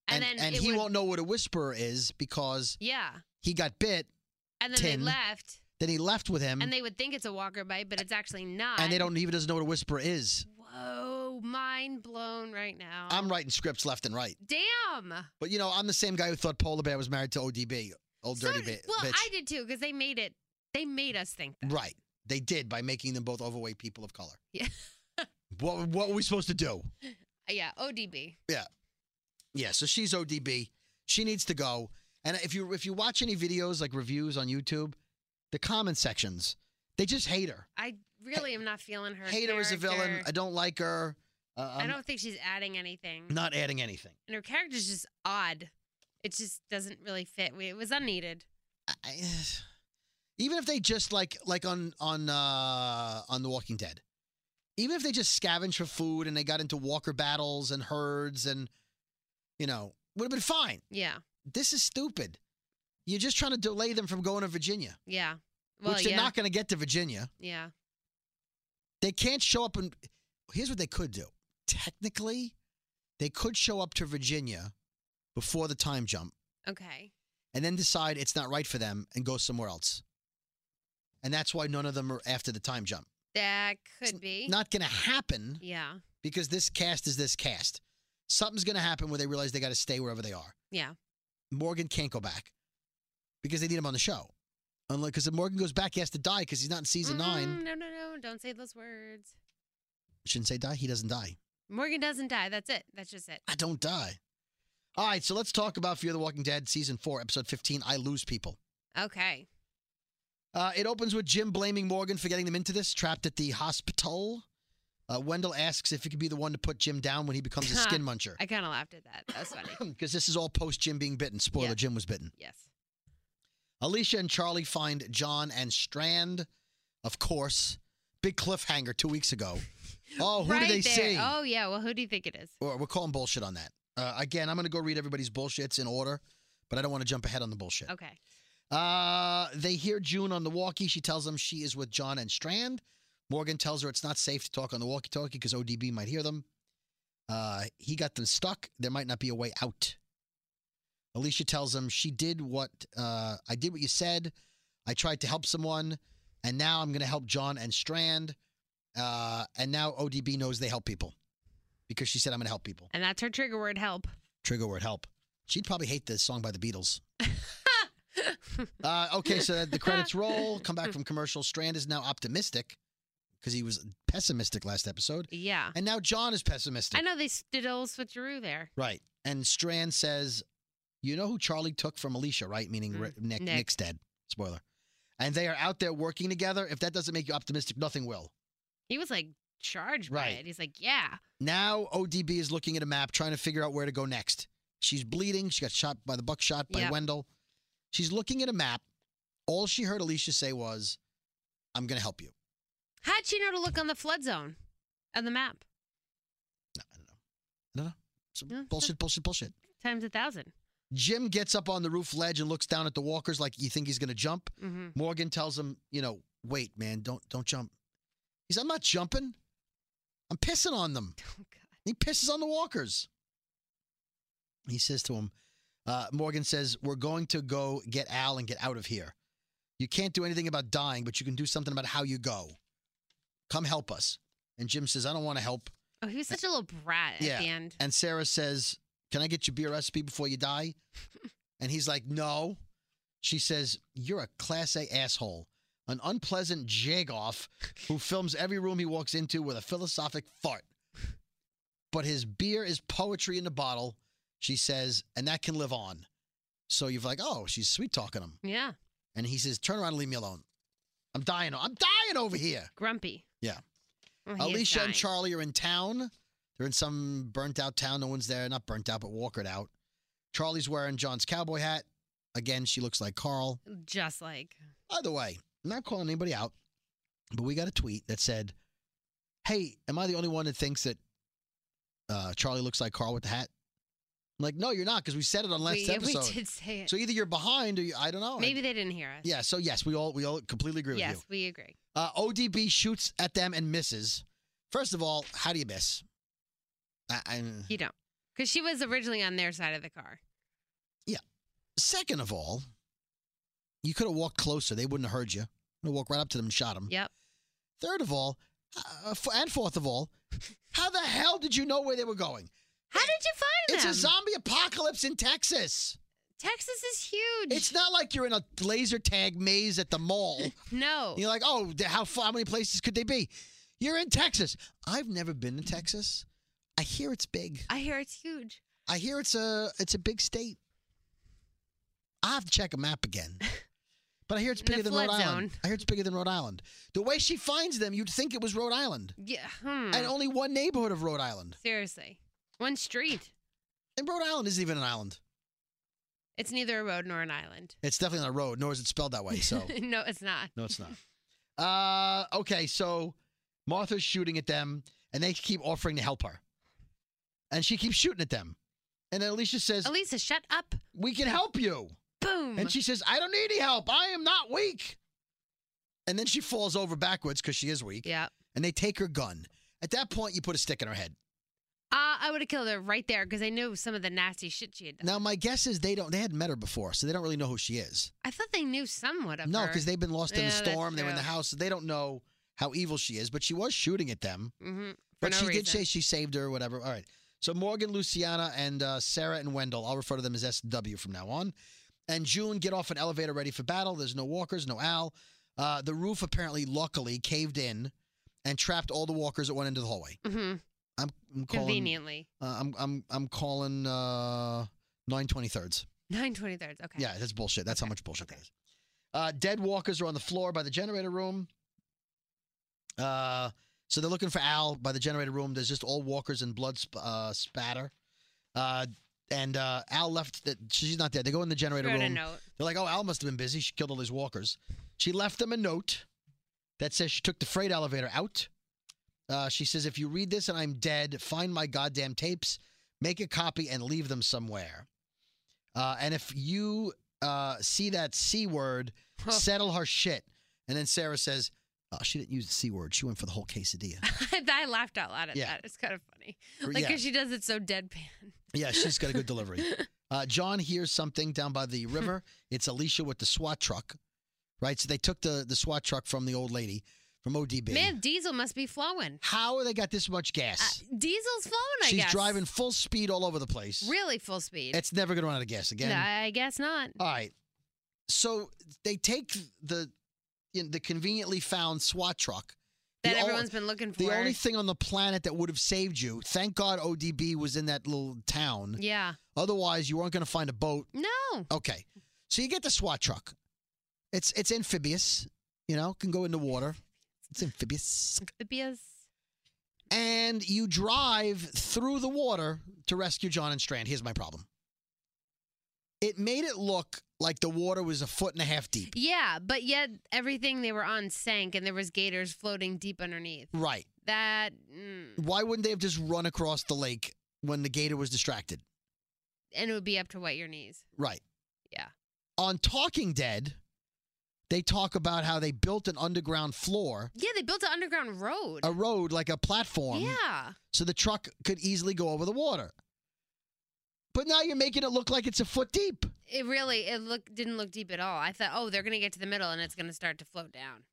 S3: And, then it
S2: he
S3: would-
S2: won't know what a whisperer is because
S3: Yeah.
S2: he got bit.
S3: And then
S2: Tin.
S3: they left.
S2: Then he left with him,
S3: And they would think it's a walker bite, but it's actually not.
S2: Mm. and they don't he even doesn't know what a whisperer is.
S3: Whoa, mind blown right now.
S2: I'm writing scripts left and right,
S3: Damn.
S2: but you know I'm the same guy who thought Polar Bear was married to ODB, old
S3: So
S2: dirty
S3: did-
S2: ba-
S3: Well,
S2: bitch.
S3: I did too because they made it. They made us think that.
S2: Right? They did by making them both overweight people of color.
S3: Yeah. [LAUGHS]
S2: what What were we supposed to do?
S3: Yeah. ODB.
S2: Yeah. So she's ODB. She needs to go. And if you if you watch any videos like reviews on YouTube, the comment sections they just hate her.
S3: I really am not feeling her.
S2: hate her as a villain. I
S3: character.
S2: don't like her. Uh,
S3: I
S2: I'm
S3: don't think she's adding anything.
S2: not adding anything.
S3: And her character's just odd. It just doesn't really fit. We- It was unneeded.
S2: I, [SIGHS] I- even if they just like like on on uh on The Walking Dead, even if they just scavenged for food and they got into walker battles and herds and you know would have been fine.
S3: Yeah.
S2: This is stupid. You're just trying to delay them from going to Virginia,
S3: Yeah. Well,
S2: which they're
S3: yeah.
S2: not going to get to Virginia.
S3: yeah.
S2: They can't show up and here's what they could do. Technically, they could show up to Virginia before the time jump
S3: Okay.
S2: and then decide it's not right for them and go somewhere else. And that's why none of them are after the time jump.
S3: That could be.
S2: Not going to happen
S3: yeah.
S2: because this cast is this cast. Something's going to happen where they realize they got to stay wherever they are.
S3: Yeah.
S2: Morgan can't go back because they need him on the show. Unless because if Morgan goes back, he has to die because he's not in season
S3: Mm,
S2: nine.
S3: No, no, no. Don't say those words.
S2: Shouldn't say die. He doesn't die.
S3: Morgan doesn't die. That's it. That's just it.
S2: I don't die. All right, so let's talk about Fear the Walking Dead season four, episode fifteen. I lose people.
S3: Okay.
S2: Uh, it opens with Jim blaming Morgan for getting them into this, trapped at the hospital. Uh, Wendell asks if he could be the one to put Jim down when he becomes
S3: [LAUGHS]
S2: a skin muncher. [CLEARS THROAT]
S3: I kind of laughed at that. That was funny.
S2: [COUGHS] Because this is all post Jim being bitten. Spoiler,
S3: Yeah.
S2: Jim was bitten.
S3: yes.
S2: Alicia and Charlie find John and Strand, of course. Big cliffhanger two weeks
S3: [LAUGHS]
S2: ago. Oh, who do
S3: right
S2: they
S3: there.
S2: see?
S3: Oh yeah. Well, who do you think it is?
S2: Or we're calling bullshit on that. Uh, again, I'm going to go read everybody's bullshits in order, but I don't want to jump ahead on the bullshit.
S3: Okay.
S2: Uh, they hear June on the walkie. She tells them she is with John and Strand. Morgan tells her it's not safe to talk on the walkie talkie because ODB might hear them. Uh, he got them stuck. There might not be a way out. Alicia tells him she did what uh, I did what you said. I tried to help someone, and now I'm going to help John and Strand. Uh, and now ODB knows they help people because she said I'm going to help people.
S3: And that's her trigger word. Help.
S2: Trigger word help. She'd probably hate this song by the Beatles. [LAUGHS] Uh, okay, so the credits roll. Come back from commercial. Strand is now optimistic because he was pessimistic last episode,
S3: yeah.
S2: and now John is pessimistic.
S3: I know they s- did a little switcheroo there.
S2: Right, and Strand says, "You know who Charlie took from Alicia, right? Meaning
S3: Mm,
S2: Ri- Nick,
S3: Nick.
S2: Nick's dead. Spoiler." And they are out there working together. If that doesn't make you optimistic, nothing will.
S3: He was like charged
S2: Right.
S3: by it. He's like, yeah.
S2: Now ODB is looking at a map, trying to figure out where to go next. She's bleeding. She got shot by the buckshot by
S3: Yep.
S2: Wendell. She's looking at a map. All she heard Alicia say was, "I'm going to help you."
S3: How'd she know to look on the flood zone on the map?
S2: No, I don't know. Some
S3: Yeah.
S2: bullshit, bullshit, bullshit.
S3: times a thousand.
S2: Jim gets up on the roof ledge and looks down at the walkers like you think he's going to jump. [LAUGHS]
S3: Mm-hmm.
S2: Morgan tells him, you know, wait, man, don't don't jump. He's, I'm not jumping. I'm pissing on them.
S3: Oh God.
S2: He pisses on the walkers. He says to him, uh, Morgan says, We're going to go get Al and get out of here. You can't do anything about dying, but you can do something about how you go. Come help us. And Jim says, I don't want to help.
S3: Oh, he was such a little brat at
S2: Yeah.
S3: the end.
S2: And Sarah says, Can I get your beer recipe before you die? and he's like, No. She says, You're a class A asshole, an unpleasant jagoff who films every room he walks into with a philosophic fart. But his beer is poetry in the bottle, she says, and that can live on. So you're like, Oh, she's sweet talking him.
S3: Yeah,
S2: And he says, Turn around and leave me alone. I'm dying. I'm dying over here.
S3: grumpy.
S2: Yeah.
S3: Well, he is
S2: Alicia and
S3: dying.
S2: Charlie are in town. They're in some burnt out town. No one's there. Not burnt out, but walkered out. Charlie's wearing John's cowboy hat. Again, she looks like Carl.
S3: Just like
S2: Either way, I'm not calling anybody out, but we got a tweet that said, Hey, am I the only one that thinks that uh, Charlie looks like Carl with the hat? I'm like, no, you're not, because we said it on last
S3: we, yeah, we
S2: episode.
S3: did say it.
S2: So either you're behind or you, I don't know.
S3: Maybe they didn't hear us.
S2: Yeah, so yes, we all we all completely agree with you.
S3: Yes, we agree.
S2: Uh, ODB shoots at them and misses. First of all, how do you miss? I, I,
S3: You don't, because she was originally on their side of the car.
S2: second of all, you could have walked closer. They wouldn't have heard you. You walked right up to them and shot them.
S3: Yep.
S2: Third of all, uh, f- and fourth of all, how the hell did you know where they were going?
S3: How did you find
S2: It's
S3: them?
S2: a zombie apocalypse in Texas.
S3: Texas is huge.
S2: It's not like you're in a laser tag maze at the
S3: [LAUGHS]
S2: mall.
S3: no.
S2: And You're like, oh, th- how far, how many places could they be? You're in Texas. I've never been to Texas. I hear it's big.
S3: I hear it's huge.
S2: I hear it's a it's a big state. I have to check a map
S3: [LAUGHS]
S2: again. But I hear it's
S3: The
S2: bigger than Rhode
S3: flood
S2: Island.
S3: zone.
S2: I hear it's bigger than Rhode Island. The way she finds them, you'd think it was Rhode Island.
S3: Yeah. Hmm.
S2: And only one neighborhood of Rhode Island.
S3: Seriously, one street.
S2: And Rhode Island isn't even an island.
S3: It's neither a road nor an island. [LAUGHS]
S2: It's definitely not a road, nor is it spelled that way. So
S3: no, it's not.
S2: no, it's not. Uh, okay, so Martha's shooting at them, and they keep offering to help her. And she keeps shooting at them. And then Alicia says,
S3: Elisa, shut up.
S2: We can help you.
S3: Boom.
S2: And she says, I don't need any help. I am not weak. And then she falls over backwards because she is weak.
S3: yeah.
S2: And they take her gun. At that point, you put a stick in her head.
S3: Uh, I would have killed her right there because I knew some of the nasty shit she had done.
S2: Now, my guess is they don't, they hadn't met her before, so they don't really know who she is.
S3: I thought they knew somewhat of
S2: No,
S3: her.
S2: because they've been lost in the
S3: Yeah, that's
S2: storm. They were in the
S3: true.
S2: house. So they don't know how evil she is, but she was shooting at them.
S3: hmm
S2: But she did say she saved her or whatever. All right. So Morgan, Luciana, and uh, Sarah and Wendell, I'll refer to them as SW from now on. And June get off an elevator ready for battle. There's no walkers, no Al. Uh, the roof apparently, luckily, caved in and trapped all the walkers at one end of the hallway.
S3: hmm
S2: I'm, I'm calling.
S3: Conveniently.
S2: Uh, I'm I'm I'm calling uh, nine twenty thirds.
S3: Nine twenty thirds. Okay.
S2: Yeah, that's bullshit. That's how much bullshit
S3: Okay.
S2: that is. Uh, dead walkers are on the floor by the generator room. Uh, so they're looking for Al by the generator room. There's just all walkers and blood sp- uh, spatter. Uh, and uh, Al left. The- she's not there. They go in the generator
S3: Wrote a
S2: room.
S3: note. [LAUGHS]
S2: They're like, oh, Al must have been busy. She killed all these walkers. She left them a note that says she took the freight elevator out. Uh, she says, if you read this and I'm dead, find my goddamn tapes, make a copy, and leave them somewhere. Uh, and if you uh, see that C word, settle her shit. And then Sarah says, oh, she didn't use the C word. She went for the whole quesadilla.
S3: [LAUGHS] I laughed out loud at
S2: Yeah.
S3: that. It's kind of funny.
S2: Or,
S3: Like,
S2: yeah.
S3: because she does it so deadpan.
S2: Yeah, she's got a good
S3: [LAUGHS]
S2: delivery. Uh, John hears something down by the river. It's Alicia with the SWAT truck, right? So they took the, the SWAT truck from the old lady from ODB.
S3: Man, diesel must
S2: [SIGHS]
S3: be flowing.
S2: How they got this much
S3: Uh,
S2: gas?
S3: diesel's flowing, I
S2: she's
S3: guess.
S2: driving full speed all over the place.
S3: really full speed.
S2: It's never going to run out of gas again. Uh,
S3: No, I guess not.
S2: All right. So they take the you know, the conveniently found SWAT truck.
S3: That
S2: the o-
S3: everyone's been looking for.
S2: the only thing on the planet that would have saved you. Thank God ODB was in that little town.
S3: yeah.
S2: Otherwise, you weren't going to find a boat
S3: No.
S2: Okay. So you get the SWAT truck. It's it's amphibious, you know, can go in the water. It's amphibious.
S3: Amphibious.
S2: And you drive through the water to rescue John and Strand. Here's my problem. It made it look like the water was a foot and a half deep.
S3: Yeah, but yet everything they were on sank and there was gators floating deep underneath.
S2: Right.
S3: That. Mm,
S2: Why wouldn't they have just run across the lake when the gator was distracted.
S3: and it would be up to what your knees.
S2: Right.
S3: Yeah.
S2: On Talking Dead, they talk about how they built an underground floor,
S3: Yeah, they built an underground road.
S2: a road like a platform,
S3: yeah,
S2: so the truck could easily go over the water. But now you're making it look like it's a foot deep.
S3: it really it look didn't look deep at all. I thought, oh, they're gonna get to the middle and it's gonna start to float down.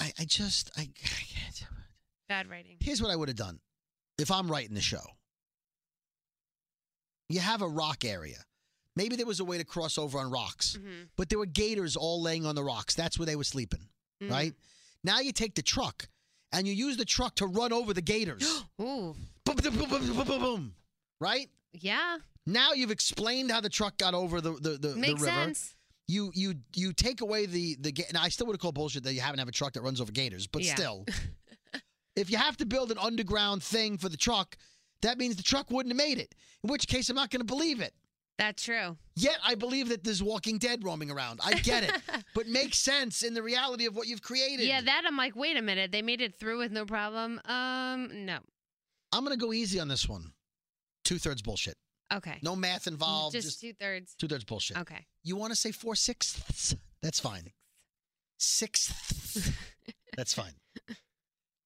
S2: I, I just, I, I can't.
S3: Bad writing.
S2: Here's what I would have done if I'm writing the show. You have a rock area. Maybe there was a way to cross over on rocks,
S3: Mhm.
S2: but there were gators all laying on the rocks. That's where they were sleeping,
S3: Mhm.
S2: right? Now you take the truck and you use the truck to run over the gators. [GASPS]
S3: Ooh,
S2: boom, boom, boom, boom, boom, boom, boom. Right?
S3: yeah,
S2: Now you've explained how the truck got over the, the, the, the
S3: makes
S2: river.
S3: sense.
S2: You you you take away the the ga- now I still would have called bullshit that you haven't have a truck that runs over gators, but
S3: Yeah. [LAUGHS]
S2: still, if you have to build an underground thing for the truck, that means the truck wouldn't have made it. In which case, I'm not going to believe it.
S3: That's true.
S2: Yet I believe that there's Walking Dead roaming around. I get
S3: [LAUGHS]
S2: it, but makes sense in the reality of what you've created.
S3: Yeah, that I'm like, wait a minute, they made it through with no problem. Um, no,
S2: I'm going to go easy on this one. Two thirds bullshit.
S3: okay,
S2: No math involved.
S3: just,
S2: Just,
S3: two thirds.
S2: two thirds bullshit.
S3: Okay,
S2: You want to say four sixths? That's fine.
S3: [LAUGHS]
S2: Sixths. That's fine.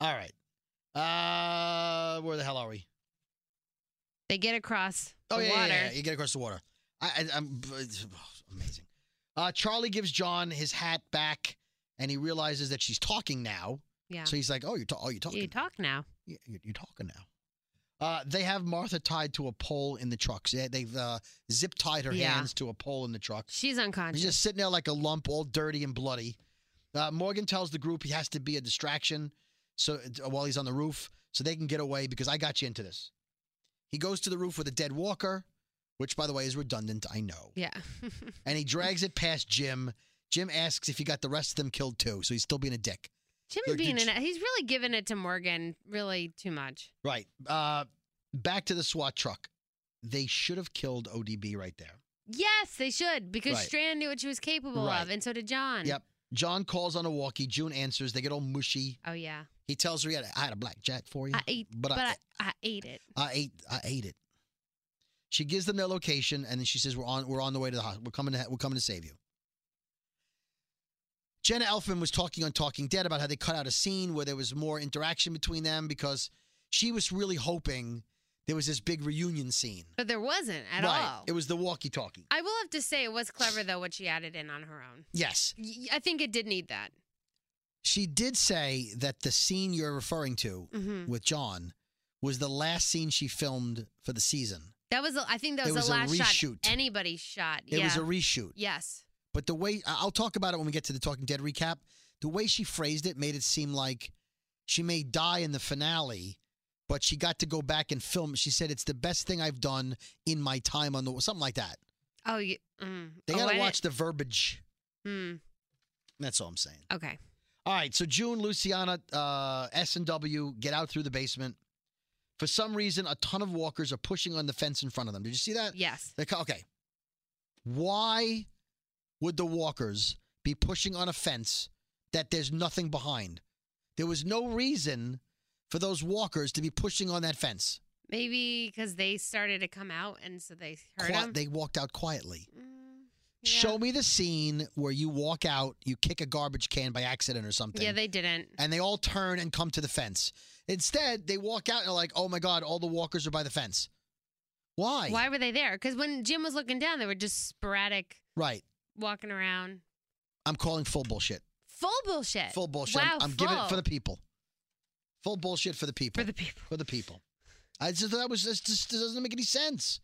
S2: All right. Uh, where the hell are we?
S3: they get across
S2: Oh
S3: the
S2: yeah, yeah,
S3: water.
S2: yeah, yeah. You get across the water. I, I, I'm [SIGHS] amazing. Uh, Charlie gives John his hat back, and he realizes that she's talking now.
S3: Yeah.
S2: So he's like, "Oh, you're, ta- oh, you're talking.
S3: You talk now.
S2: Yeah, you're, you're talking now." Uh, they have Martha tied to a pole in the truck. So they- they've uh, zip tied her
S3: Yeah.
S2: hands to a pole in the truck.
S3: She's unconscious.
S2: He's just sitting there like a lump, all dirty and bloody. Uh, Morgan tells the group he has to be a distraction, so while he's on the roof, so they can get away because I got you into this. He goes to the roof with a dead walker, which by the way is redundant, I know.
S3: yeah. [LAUGHS]
S2: And he drags it past Jim. Jim asks if he got the rest of them killed too, so he's still being a dick.
S3: Jimmy
S2: Look,
S3: being
S2: did
S3: in it, he's really giving it to Morgan really too much.
S2: Right. Uh, back to the SWAT truck. They should have killed ODB right there.
S3: Yes, they should because
S2: Right.
S3: Strand knew what she was capable
S2: Right.
S3: of, and so did John.
S2: Yep. John calls on a walkie. June answers. They get all mushy.
S3: Oh yeah,
S2: He tells her he had, I had a blackjack for you,
S3: I ate,
S2: but,
S3: but
S2: I,
S3: I, I ate it.
S2: I ate I ate it. She gives them their location and then she says we're on we're on the way to the hospital. We're coming to we're coming to save you. Jenna Elfman was talking on Talking Dead about how they cut out a scene where there was more interaction between them because she was really hoping there was this big reunion scene.
S3: But there wasn't at
S2: right.
S3: all.
S2: It was the walkie-talkie.
S3: I will have to say it was clever though what she added in on her own.
S2: Yes.
S3: Y- I think it did need that.
S2: She did say that the scene you're referring to
S3: hmm
S2: with John was the last scene she filmed for the season.
S3: That was, the- I think that
S2: It
S3: was,
S2: was a
S3: the last
S2: reshoot.
S3: shot anybody shot.
S2: It
S3: yeah.
S2: was a reshoot.
S3: yes.
S2: But the way I- I'll talk about it when we get to the Talking Dead recap, the way she phrased it made it seem like she may die in the finale, but she got to go back and film. She said it's the best thing I've done in my time on the something like that.
S3: Oh, you, mm.
S2: They
S3: oh, I
S2: got to
S3: didn't-
S2: watch the verbiage.
S3: Mm.
S2: That's all I'm saying.
S3: Okay.
S2: All right, so June, Luciana, uh, S and W get out through the basement. For some reason, a ton of walkers are pushing on the fence in front of them. Did you see that?
S3: Yes.
S2: They ca- okay. Why would the walkers be pushing on a fence that there's nothing behind? There was no reason for those walkers to be pushing on that fence.
S3: Maybe because they started to come out and so they heard
S2: Qui-
S3: him.
S2: They walked out quietly.
S3: Mm,
S2: Show me the scene where you walk out, you kick a garbage can by accident or something,
S3: Yeah, they didn't.
S2: and they all turn and come to the fence. Instead, they walk out and are like, "Oh my God, all the walkers are by the fence." Why?
S3: Why were they there? Because when Jim was looking down, they were just sporadic
S2: Right.
S3: walking around.
S2: I'm calling full bullshit.
S3: Full bullshit.
S2: Full bullshit.
S3: Wow,
S2: I'm, I'm giving it for
S3: full.
S2: the people. Full bullshit for the people.
S3: for the people.
S2: For the people. I just that was just, just it doesn't make any sense.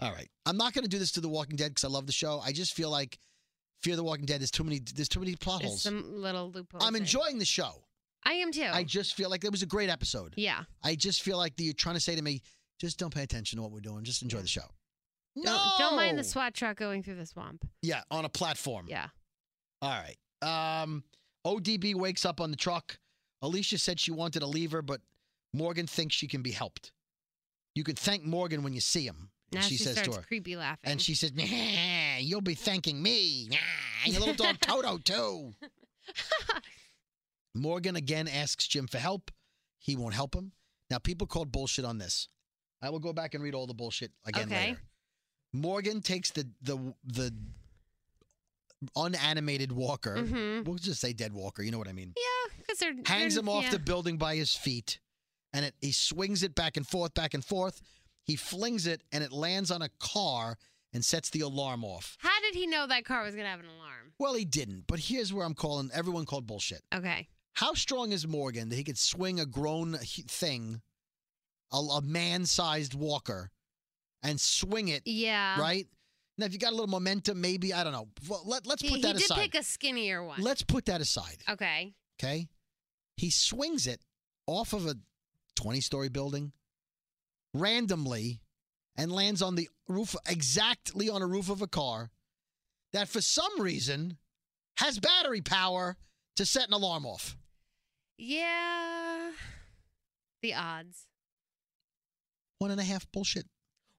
S2: All right, I'm not going to do this to The Walking Dead because I love the show. I just feel like Fear the Walking Dead. There's too many. There's too many plot
S3: There's
S2: holes.
S3: some little loopholes.
S2: I'm
S3: there.
S2: enjoying the show.
S3: I am too.
S2: I just feel like it was a great episode.
S3: Oh. yeah.
S2: I just feel like that you're trying to say to me, just don't pay attention to what we're doing. Just enjoy the show.
S3: Don't, don't mind the
S2: No!
S3: SWAT truck going through the swamp.
S2: Yeah, on a platform.
S3: Yeah.
S2: All right. Um, ODB wakes up on the truck. Alicia said she wanted to leave her, but Morgan thinks she can be helped. You can thank Morgan when you see him.
S3: Now
S2: she,
S3: she,
S2: says
S3: starts
S2: to her.
S3: creepy laughing.
S2: And she says, "Nah, You'll be thanking me. Nah, and your little
S3: [LAUGHS]
S2: dog Toto, too. Morgan again asks Jim for help. He won't help him. Now, people called bullshit on this. I will go back and read all the bullshit again
S3: Okay.
S2: later. Morgan takes the the the unanimated Walker.
S3: Mm-hmm.
S2: We'll just say dead Walker. You know what I mean.
S3: Yeah, because they're
S2: Hangs
S3: they're-
S2: him off
S3: yeah.
S2: the building by his feet, and it, he swings it back and forth, back and forth. He flings it, and it lands on a car and sets the alarm off.
S3: How did he know that car was gonna have an alarm?
S2: Well, he didn't. But here's where I'm calling. Everyone called bullshit.
S3: Okay.
S2: How strong is Morgan that he could swing a grown he- thing, a, a man-sized walker, and swing it
S3: Yeah.
S2: right? Now, if you got a little momentum, maybe I don't know. Well, let, let's
S3: He,
S2: put
S3: he
S2: that
S3: did
S2: aside.
S3: pick a skinnier one.
S2: let's put that aside.
S3: okay.
S2: Okay, he swings it off of a twenty-story building randomly and lands on the roof, exactly on a roof of a car that, for some reason, has battery power to set an alarm off.
S3: Yeah. The odds.
S2: One and a half bullshit.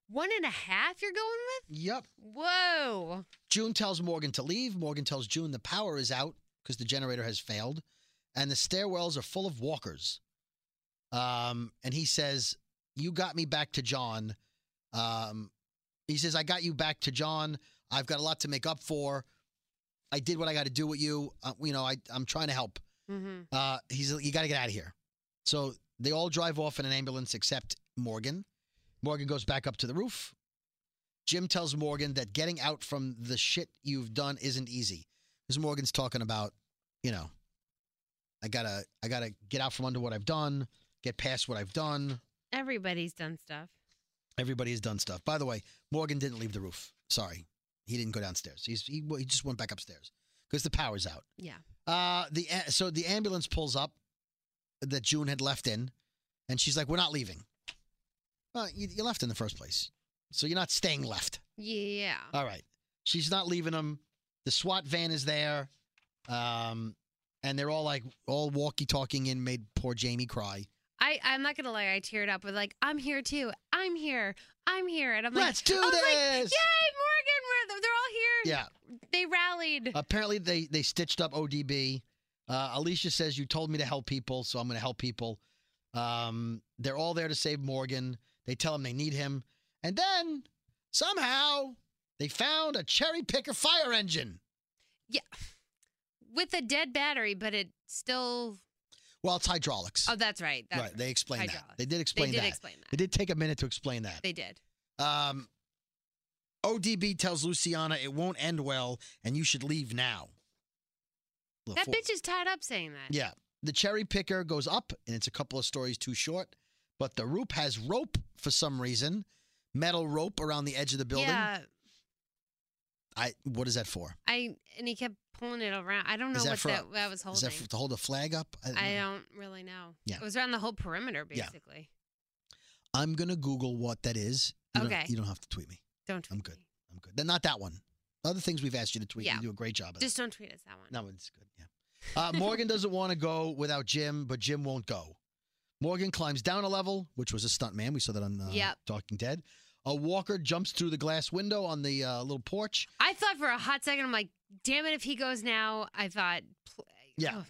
S3: One and a half you're going
S2: Yep.
S3: with? Whoa.
S2: June tells Morgan to leave. Morgan tells June the power is out because the generator has failed, and the stairwells are full of walkers. Um, and he says, "You got me back to John." Um, he says, "I got you back to John. I've got a lot to make up for. I did what I got to do with you. Uh, you know, I, I'm trying to help."
S3: Mm-hmm.
S2: Uh, he's you got to get out of here. So they all drive off in an ambulance except Morgan. Morgan goes back up to the roof. Jim tells Morgan that getting out from the shit you've done isn't easy. Because Morgan's talking about, you know, I gotta I gotta get out from under what I've done, get past what I've done.
S3: Everybody's done stuff.
S2: Everybody has done stuff. By the way, Morgan didn't leave the roof. Sorry, he didn't go downstairs. He's, he he just went back upstairs because the power's out.
S3: Yeah.
S2: Uh, the a- so the ambulance pulls up that June had left in, and she's like, "We're not leaving." Well, you, you left in the first place, so you're not staying left.
S3: Yeah.
S2: All right, she's not leaving them. The SWAT van is there, um, and they're all like all walkie-talking in made poor Jamie cry.
S3: I, I'm not gonna lie, I teared up with like, I'm here too. I'm here. I'm here. And I'm like,
S2: Let's do
S3: I was like,
S2: this!
S3: Yay, Morgan, we're, they're all here.
S2: yeah. Uh,
S3: They rallied.
S2: Apparently, they they stitched up ODB. Uh, Alicia says you told me to help people, so I'm going to help people. Um, they're all there to save Morgan. They tell him they need him, and then somehow they found a cherry picker fire engine.
S3: with a dead battery, but it still.
S2: Well, it's hydraulics.
S3: Oh, that's right. That's
S2: right, They explained that.
S3: Hydraulics.
S2: They did
S3: They
S2: explain
S3: did
S2: that.
S3: explain
S2: It
S3: that.
S2: did take a minute to explain that.
S3: They did.
S2: Um, ODB tells Luciana it won't end well, and you should leave now. Look,
S3: That
S2: for-
S3: bitch is tied up saying that.
S2: Yeah. The cherry picker goes up, and it's a couple of stories too short. But the roof has rope for some reason, metal rope around the edge of the building.
S3: Yeah.
S2: I what is that for?
S3: I and he kept pulling it around. I don't know
S2: Is that
S3: what
S2: for
S3: that,
S2: a-
S3: that was holding.
S2: Is that for, to hold a flag up?
S3: I don't really know.
S2: Yeah.
S3: It was around the whole perimeter,
S2: Yeah.
S3: basically.
S2: I'm gonna Google what that is. You don't-
S3: Okay.
S2: you don't have to tweet me.
S3: Don't.
S2: I'm
S3: tweet
S2: good.
S3: me.
S2: I'm good. Then not that one. Other things we've asked you to tweet.
S3: Yeah.
S2: You do a great job. Of
S3: Just don't tweet us that one.
S2: that. No, it's good. Yeah. Uh, Morgan doesn't want to go without Jim, but Jim won't go. Morgan climbs down a level, which was a stunt man. We saw that on uh,
S3: Yep.
S2: Talking Dead. A walker jumps through the glass window on the uh, little porch.
S3: I thought for a hot second, I'm like, damn it, if he goes now, I thought. pl- oh,
S2: Yeah.
S3: Ugh.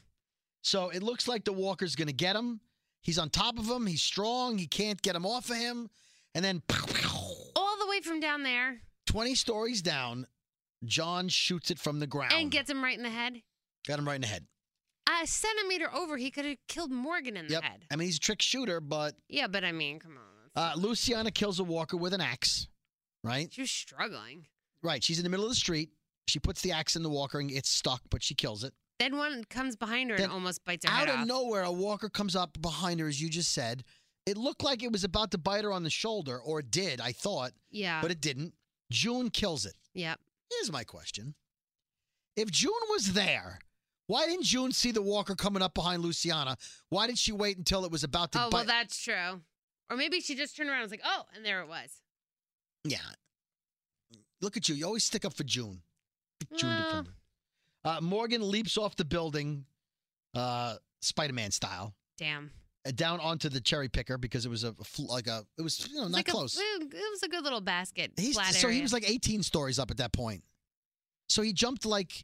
S2: So it looks like the walker's going to get him. He's on top of him. He's strong. He can't get him off of him. And then [LAUGHS]
S3: All the way from down there
S2: 20 stories down, John shoots it from the ground.
S3: and gets him right in the head.
S2: Got him right in the head.
S3: A centimeter over, he could have killed Morgan in the
S2: Yep.
S3: head.
S2: I mean, he's a trick shooter, but
S3: Yeah, but I mean, come on. that's
S2: uh,
S3: not-
S2: Luciana kills a walker with an axe, right?
S3: She was struggling.
S2: Right. She's in the middle of the street. She puts the axe in the walker and it's stuck, but she kills it.
S3: Then one comes behind her
S2: Then
S3: and almost bites her
S2: Out
S3: head
S2: of
S3: off.
S2: nowhere, a walker comes up behind her, as you just said. It looked like it was about to bite her on the shoulder, or it did, I thought,
S3: yeah.
S2: but it didn't. June kills it.
S3: yep.
S2: Here's my question. If June was there, why didn't June see the walker coming up behind Luciana? Why did she wait until it was about to
S3: Oh, well,
S2: bite?
S3: that's true. Or maybe she just turned around and was like, oh, and there it was.
S2: yeah. Look at you. You always stick up for June. June
S3: Well.
S2: defender. Uh, Morgan leaps off the building, uh, Spider Man style,
S3: Damn.
S2: uh, down onto the cherry picker because it was a fl- like a it was you know
S3: It was
S2: Oh, not
S3: like a-
S2: close.
S3: it was a good little basket.
S2: He's,
S3: flat
S2: so he
S3: area.
S2: was like 18 stories up at that point. So he jumped like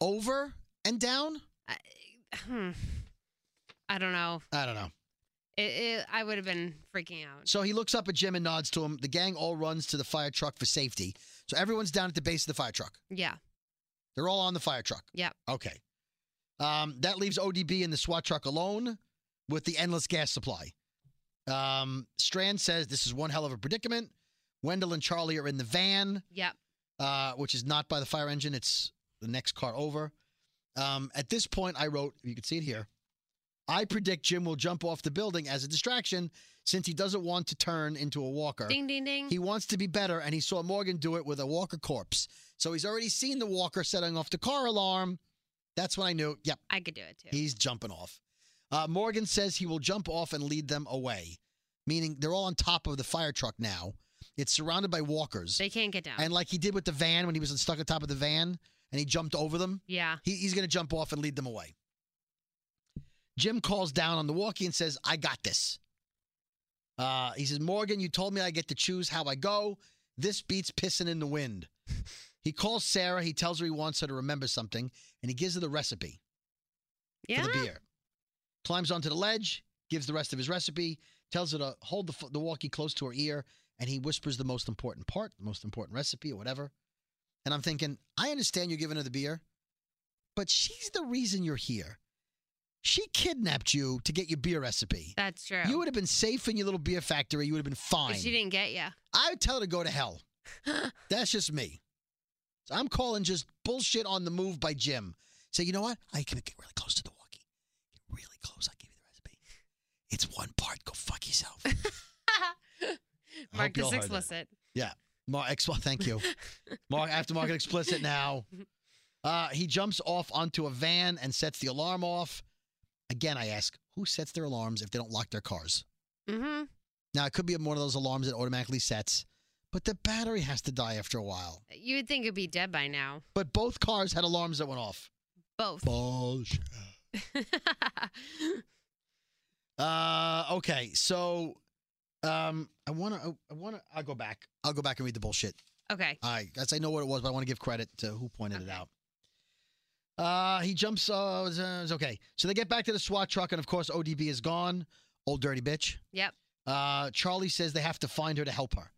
S2: over and down.
S3: I, hmm. I don't know.
S2: I don't know.
S3: It, it, I would have been freaking out.
S2: So he looks up at Jim and nods to him. The gang all runs to the fire truck for safety. So everyone's down at the base of the fire truck.
S3: Yeah.
S2: They're all on the fire truck.
S3: Yep.
S2: Okay. Um, that leaves ODB and the SWAT truck alone with the endless gas supply. Um, Strand says this is one hell of a predicament. Wendell and Charlie are in the van,
S3: Yep.
S2: uh, which is not by the fire engine. It's the next car over. Um, at this point, I wrote, you can see it here. I predict Jim will jump off the building as a distraction since he doesn't want to turn into a walker.
S3: Ding ding ding.
S2: He wants to be better, and he saw Morgan do it with a Walker corpse. So he's already seen the Walker setting off the car alarm. That's when I knew, yep,
S3: I could do it too.
S2: he's jumping off. Uh, Morgan says he will jump off and lead them away, meaning they're all on top of the fire truck now. It's surrounded by walkers.
S3: they can't get down.
S2: And like he did with the van when he was stuck on top of the van and he jumped over them,
S3: yeah.
S2: he, he's going to jump off and lead them away. Jim calls down on the walkie and says, I got this. Uh, he says, Morgan, you told me I get to choose how I go. This beats pissing in the wind. he calls Sarah. He tells her he wants her to remember something and he gives her the recipe
S3: Yeah.
S2: for the beer. Climbs onto the ledge, gives the rest of his recipe, tells her to hold the, f- the walkie close to her ear, and he whispers the most important part, the most important recipe or whatever. And I'm thinking, I understand you're giving her the beer, but she's the reason you're here. She kidnapped you to get your beer recipe.
S3: That's true.
S2: You would have been safe in your little beer factory. You would have been fine.
S3: if she didn't
S2: [LAUGHS]
S3: get you.
S2: I would tell her to go to hell. That's just me. So I'm calling just bullshit on the move by Jim. Say, you know what? I can get really close to the walkie. Get really close. I'll give you the recipe. It's one part. Go fuck yourself.
S3: Mark
S2: you all
S3: this
S2: heard that.
S3: explicit.
S2: Mark, ex- well, thank you. Mark, I have to mark it explicit now. Uh, he jumps off onto a van and sets the alarm off. Again, I ask, who sets their alarms if they don't lock their cars?
S3: Mm-hmm.
S2: Now, it could be one of those alarms that automatically sets, but the battery has to die after a while.
S3: You would think it'd be dead by now.
S2: But both cars had alarms that went off.
S3: Both.
S2: Bullshit. Uh, okay, so um, I wanna, I, I wanna, I'll go back. I'll go back and read the bullshit.
S3: [LAUGHS] okay.
S2: I guess I know what it was, but I want to give credit to who pointed it
S3: Okay.
S2: out. Uh, he jumps. Uh, it's, uh, it's okay. So they get back to the SWAT truck, and of course, ODB is gone. Old dirty bitch.
S3: Yep.
S2: Uh, Charlie says they have to find her to help her.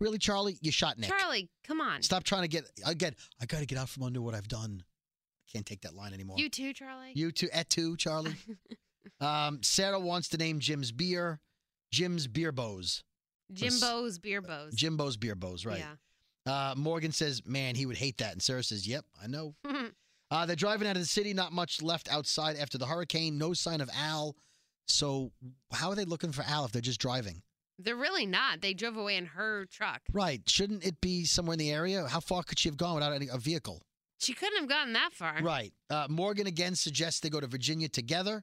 S2: Really, Charlie, you shot Nick.
S3: Charlie, come on.
S2: Stop trying to get again. I got to get out from under what I've done. Can't take that line anymore.
S3: You too, Charlie.
S2: You too, et tu, Charlie. um, Sarah wants to name Jim's beer, Jim's beer bows,
S3: Jimbo's beer bows.
S2: Jimbo's beer bows, right? Uh, Morgan says, "Man, he would hate that," and Sarah says, "Yep, I know."
S3: Yeah. [LAUGHS]
S2: Uh, they're driving out of the city. Not much left outside after the hurricane. No sign of Al. So, how are they looking for Al if they're just driving?
S3: They're really not. They drove away in her truck.
S2: Right? Shouldn't it be somewhere in the area? How far could she have gone without any, a vehicle?
S3: She couldn't have gotten that far.
S2: Right. Uh, Morgan again suggests they go to Virginia together.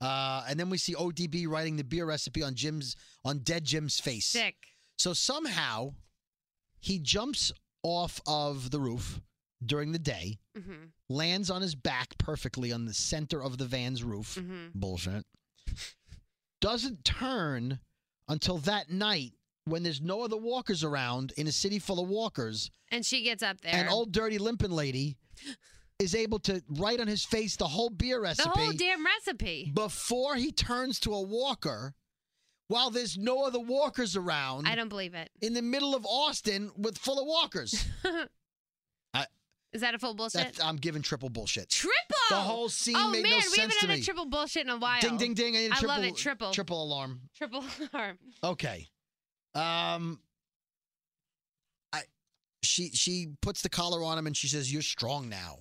S2: Uh, and then we see ODB writing the beer recipe on Jim's on dead Jim's face.
S3: Sick.
S2: So somehow he jumps off of the roof during the day,
S3: Mm-hmm.
S2: lands on his back perfectly on the center of the van's roof.
S3: Mm-hmm.
S2: Bullshit. Doesn't turn until that night when there's no other walkers around in a city full of walkers
S3: And she gets up there.
S2: and old dirty limping lady is able to write on his face the whole beer
S3: the
S2: recipe
S3: whole damn recipe.
S2: before he turns to a walker while there's no other walkers around
S3: I don't believe it.
S2: in the middle of Austin with full of walkers.
S3: Is that a full bullshit?
S2: That's, I'm giving triple bullshit.
S3: triple.
S2: The whole scene
S3: oh
S2: made
S3: man,
S2: no
S3: we
S2: sense
S3: haven't
S2: to
S3: had
S2: me.
S3: a triple bullshit in a while.
S2: ding ding ding. I, need a
S3: I
S2: triple,
S3: love it, triple.
S2: triple alarm.
S3: Triple [LAUGHS] alarm.
S2: Okay. Um I she she puts the collar on him and she says, You're strong now.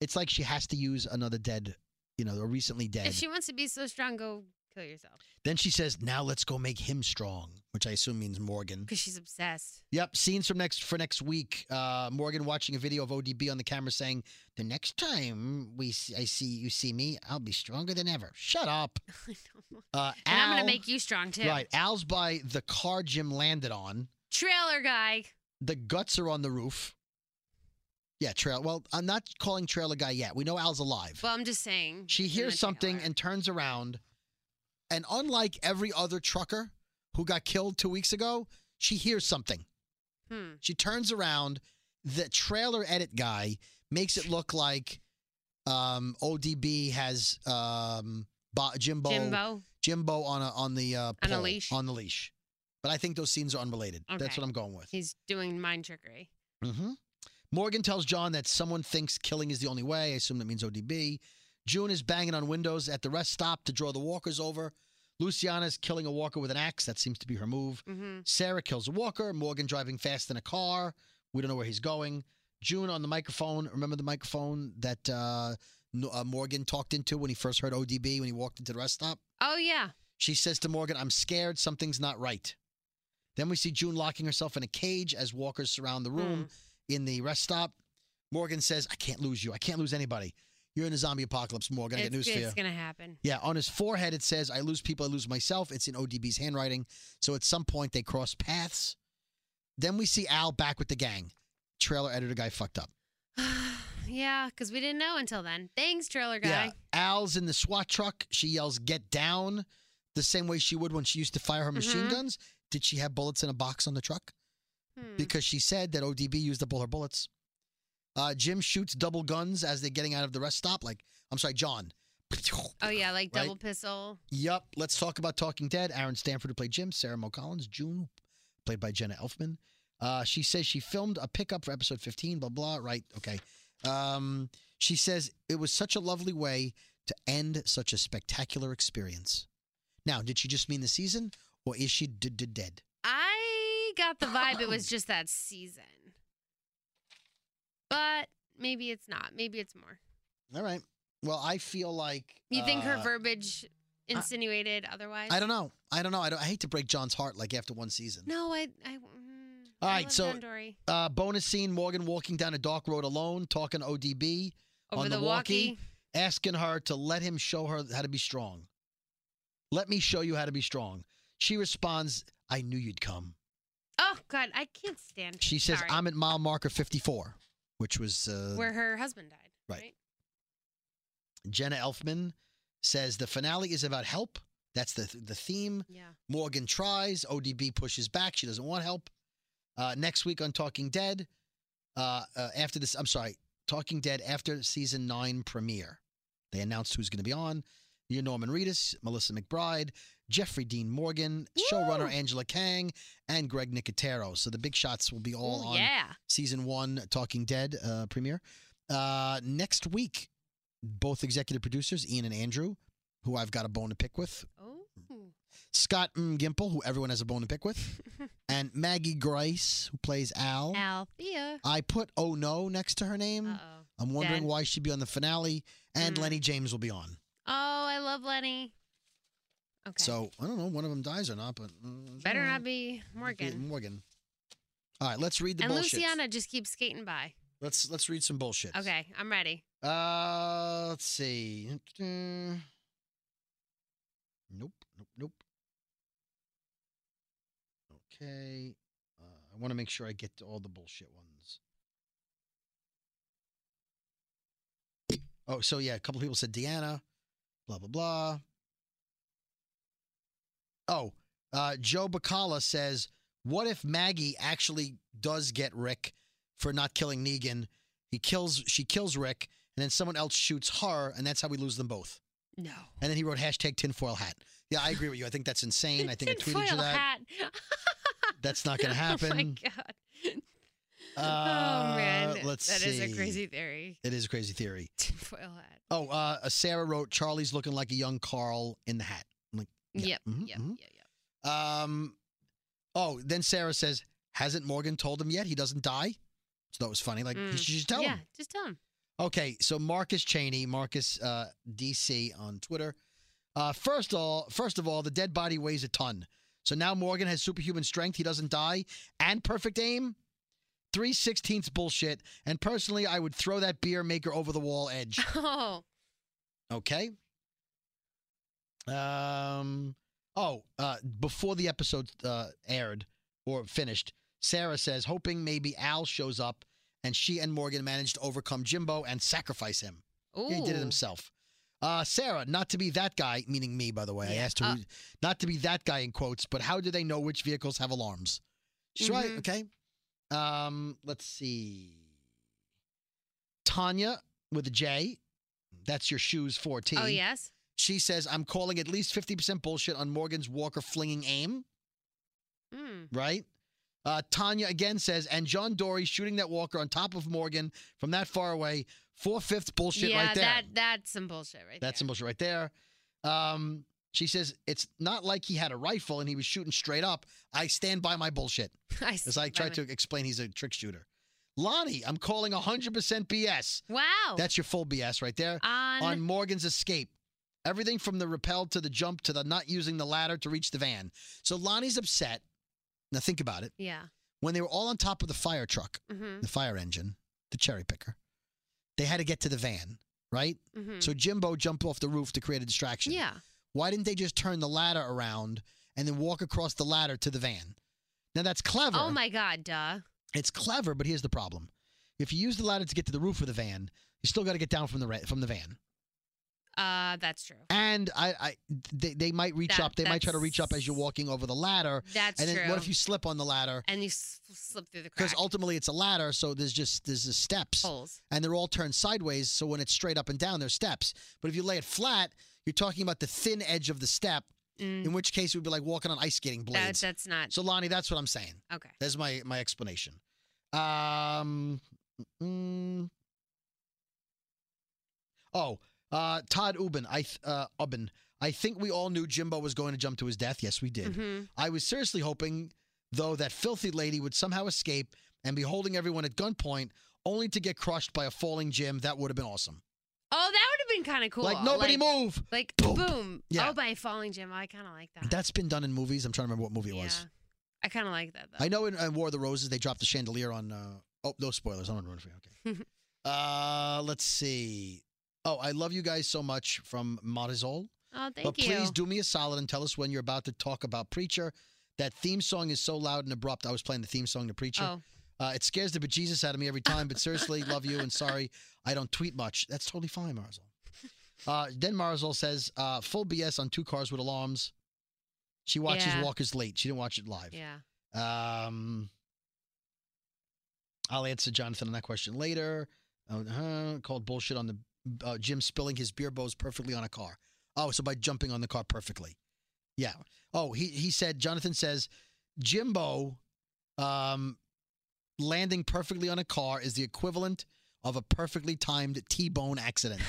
S2: It's like she has to use another dead, you know, a recently dead.
S3: If she wants to be so strong, go kill yourself.
S2: then she says, Now let's go make him strong, which I assume means Morgan.
S3: Because she's obsessed. [LAUGHS]
S2: Yep, scenes from next for next week. Uh, Morgan watching a video of ODB on the camera saying, "The next time we see, I see you see me, I'll be stronger than ever." Shut up.
S3: I don't want-
S2: Uh,
S3: and I'm
S2: Al-
S3: gonna make you strong too.
S2: right. Al's by the car Jim landed on.
S3: Trailer guy.
S2: The guts are on the roof. Yeah, trail. Well, I'm not calling trailer guy yet. We know Al's alive.
S3: Well, I'm just saying.
S2: she
S3: in the
S2: hears something
S3: trailer.
S2: and turns around. And unlike every other trucker who got killed two weeks ago, she hears something.
S3: Hmm.
S2: She turns around. The trailer edit guy makes it look like um, ODB has um, Bo- Jimbo,
S3: Jimbo.
S2: Jimbo on a on the uh,
S3: On a
S2: pole,
S3: leash?
S2: on the leash. But I think those scenes are unrelated. That's
S3: Okay.
S2: what I'm going with.
S3: He's doing mind trickery.
S2: hmm Morgan tells John that someone thinks killing is the only way. I assume that means ODB. June is banging on windows at the rest stop to draw the walkers over. Luciana's killing a walker with an axe. That seems to be her move.
S3: hmm
S2: Sarah kills a walker. Morgan driving fast in a car. We don't know where he's going. June on the microphone. Remember the microphone that uh, no- uh, Morgan talked into when he first heard ODB when he walked into the rest stop?
S3: Oh yeah.
S2: She says to Morgan, I'm scared something's not right. Then we see June locking herself in a cage as walkers surround the room in the rest stop. Morgan says, I can't lose you. I can't lose anybody. You're in a zombie apocalypse, Morgan. I
S3: it's
S2: get news for you.
S3: it's gonna happen. [SIGHS]
S2: Yeah, on his forehead it says, I lose people, I lose myself. It's in ODB's handwriting. So at some point they cross paths. Then we see Al back with the gang. Trailer editor guy fucked up.
S3: yeah, because we didn't know until then. Thanks, trailer guy.
S2: Yeah. Al's in the SWAT truck. She yells, Get down, the same way she would when she used to fire her machine
S3: Mhm.
S2: guns. Did she have bullets in a box on the truck?
S3: Hmm.
S2: Because she said that ODB used up all her bullets. Uh, Jim shoots double guns as they're getting out of the rest stop. Like, I'm sorry, John.
S3: Oh yeah, like
S2: Right?
S3: double pistol.
S2: Yep. Let's talk about Talking Dead. Aaron Stanford, who played Jim, Sarah Mo Collins, June, played by Jenna Elfman. Uh, she says she filmed a pickup for episode 15, blah, blah. Right. Okay. Um, she says it was such a lovely way to end such a spectacular experience. Now, did she just mean the season or is she d- d- dead?
S3: I got the vibe it
S2: Oh.
S3: was just that season, but maybe it's not. Maybe it's more.
S2: All right. Well, I feel like.
S3: You think her
S2: uh,
S3: verbiage insinuated otherwise?
S2: I don't know. I don't know. I, don't, I hate to break John's heart like after one season.
S3: No, I. I mm,
S2: All
S3: I
S2: right,
S3: love
S2: so-
S3: John Dory.
S2: Uh, bonus scene Morgan walking down a dark road alone, talking ODB.
S3: over
S2: on
S3: the,
S2: the walkie,
S3: walkie.
S2: asking her to let him show her how to be strong. Let me show you how to be strong. She responds, I knew you'd come.
S3: Oh God, I can't stand.
S2: She says,
S3: Sorry.
S2: I'm at mile marker 54, which was uh,
S3: where her husband died.
S2: Right. Jenna Elfman says the finale is about help. That's the, the theme.
S3: Yeah.
S2: Morgan tries. ODB pushes back. She doesn't want help. Uh, next week on Talking Dead, uh, uh, after this, I'm sorry, Talking Dead after season nine premiere, they announced who's going to be on. You're Norman Reedus, Melissa McBride, Jeffrey Dean Morgan, showrunner
S3: Woo!
S2: Angela Kang, and Greg Nicotero. So the big shots will be all
S3: Ooh,
S2: on
S3: yeah.
S2: season one Talking Dead uh, premiere. Uh, next week, both executive producers, Ian and Andrew, who I've got a bone to pick with,
S3: Oh.
S2: Scott M. Gimple, who everyone has a bone to pick
S3: [LAUGHS]
S2: with, and Maggie Grace, who plays Al.
S3: Althea.
S2: I put Oh No next to her name.
S3: Uh-oh. Oh,
S2: I'm wondering
S3: Uh, Dead.
S2: why she'd be on the finale, and
S3: Mm.
S2: Lenny James will be on.
S3: Oh, I love Lenny. Okay.
S2: So I don't know, one of them dies or not, but mm,
S3: better
S2: mm,
S3: not be
S2: be
S3: Morgan.
S2: Morgan. All right, let's read the
S3: And
S2: bullshit.
S3: Luciana just keeps skating by.
S2: Let's let's read some bullshit.
S3: Okay, I'm ready.
S2: Uh, let's see. Mm. Nope, nope, nope. Okay. Uh, I want to make sure I get to all the bullshit ones. Oh, so yeah, a couple people said Deanna, blah, blah, blah. Oh, uh, Joe Bacala says, What if Maggie actually does get Rick for not killing Negan? He kills, she kills Rick, and then someone else shoots her, and that's how we lose them both.
S3: No.
S2: And then he wrote hashtag tinfoil hat. Yeah, I agree with you. I think that's insane. I think I tweeted you
S3: Tinfoil
S2: that.
S3: hat.
S2: That's
S3: [LAUGHS]
S2: not going to
S3: Oh my
S2: happen.
S3: god.
S2: Uh,
S3: oh man.
S2: let's
S3: That is
S2: see.
S3: a crazy theory. [LAUGHS]
S2: it is a crazy theory.
S3: Tinfoil hat.
S2: Oh, uh, uh, Sarah wrote Charlie's looking like a young Carl in the hat. Yeah,
S3: Yep.
S2: mhm,
S3: Yep.
S2: mhm.
S3: Yep. Yep.
S2: Um, oh, then Sarah says, hasn't Morgan told him yet? He doesn't die. So that was funny. Like, you
S3: Mm,
S2: should just tell
S3: yeah.
S2: him.
S3: Just tell him. [LAUGHS]
S2: Okay, so Marcus Cheney, Marcus uh, DC on Twitter. Uh, first of all, first of all, the dead body weighs a ton. So now Morgan has superhuman strength. He doesn't die and perfect aim. Three sixteenths bullshit. And personally, I would throw that beer maker over the wall edge.
S3: Oh.
S2: Okay. Um. Oh, uh, before the episode uh, aired or finished, Sarah says, hoping maybe Al shows up and she and Morgan manage to overcome Jimbo and sacrifice him.
S3: Ooh.
S2: He did it himself. Uh, Sarah, not to be that guy, meaning me, by the way. I
S3: Yeah.
S2: asked her,
S3: Uh-
S2: who- not to be that guy in quotes, but how do they know which vehicles have alarms? She's right.
S3: Mhm.
S2: Okay. Um, let's see. Tanya with a J. That's your shoes 14.
S3: Oh yes.
S2: She says, I'm calling at least 50% bullshit on Morgan's Walker flinging aim,
S3: Mm.
S2: right? Uh, Tanya again says, and John Dory shooting that Walker on top of Morgan from that far away, four fifths bullshit
S3: yeah,
S2: right there.
S3: that that's some bullshit right
S2: That's
S3: [LAUGHS]
S2: some
S3: there.
S2: bullshit right there. Um, she says, it's not like he had a rifle and he was shooting straight up. I stand by my bullshit.
S3: That's I
S2: As I
S3: stand by
S2: tried to explain, he's a trick shooter. Lonnie, I'm calling 100% BS.
S3: my- Wow.
S2: That's your full BS right there.
S3: Oh. on,
S2: On Morgan's escape. Everything from the rappel to the jump to the not using the ladder to reach the van. So Lonnie's upset. Now think about it.
S3: yeah.
S2: When they were all on top of the fire truck,
S3: Mm-hmm.
S2: the fire engine, the cherry picker, they had to get to the van, right?
S3: Mm-hmm.
S2: So Jimbo jumped off the roof to create a distraction.
S3: yeah.
S2: Why didn't they just turn the ladder around and then walk across the ladder to the van? Now that's clever.
S3: Oh my God, duh.
S2: It's clever, but here's the problem: if you use the ladder to get to the roof of the van, you still got to get down from the ra- from the van.
S3: Uh, that's true.
S2: And I, I they, they might reach
S3: That-
S2: up. They might try to reach up as you're
S3: that's-
S2: walking over the ladder.
S3: That's
S2: and then
S3: true.
S2: what if you slip on the ladder?
S3: and you s- slip through the crack? Oh.
S2: Because ultimately it's a ladder, so there's just there's just steps,
S3: holes.
S2: and they're all turned sideways. So when it's straight up and down, there's steps. But if you lay it flat, you're talking about the thin edge of the step.
S3: Mm,
S2: In which case, it would be like walking on ice skating
S3: that,
S2: blades.
S3: that's not
S2: so Lonnie, that's what I'm saying.
S3: okay.
S2: That's my my explanation. Um. mm, oh, uh, Todd Ubin. I th- uh, Ubin. I think we all knew Jimbo was going to jump to his death. Yes, we did.
S3: Mhm.
S2: I was seriously hoping, though, that filthy lady would somehow escape and be holding everyone at gunpoint, only to get crushed by a falling Jim. That would have been awesome.
S3: Oh, that would have been kind of cool.
S2: Like nobody
S3: like,
S2: move.
S3: Like
S2: Boom.
S3: boom.
S2: Yeah.
S3: Oh, by falling Jim. I kind of like that.
S2: That's been done in movies. I'm trying to remember what movie it
S3: yeah.
S2: was.
S3: I kind of like that though.
S2: I know in uh, War of the Roses they dropped the chandelier on. Uh, oh, no spoilers. I'm not ruining it for you.
S3: [LAUGHS]
S2: Okay. uh, let's see. Oh, I love you guys so much from Marisol.
S3: oh, thank
S2: but
S3: you.
S2: please do me a solid and tell us when you're about to talk about Preacher. That theme song is so loud and abrupt. I was playing the theme song to Preacher.
S3: oh,
S2: Uh, it scares the bejesus out of
S3: [LAUGHS]
S2: me every time. But seriously, love you and sorry I don't tweet much. That's totally fine,
S3: [LAUGHS]
S2: Marisol. Uh, then Marisol says uh, full BS on two cars with alarms. She watches
S3: Yeah.
S2: Walkers late. She didn't watch it live.
S3: yeah. [LAUGHS]
S2: Um, I'll answer Jonathan on that question later. Uh, called bullshit on the uh, Jim spilling his beer bows perfectly on a car. Oh, so by jumping on the car perfectly. Yeah. Oh, he he said Jonathan says Jimbo um, landing perfectly on a car is the equivalent of a perfectly timed T-bone accident.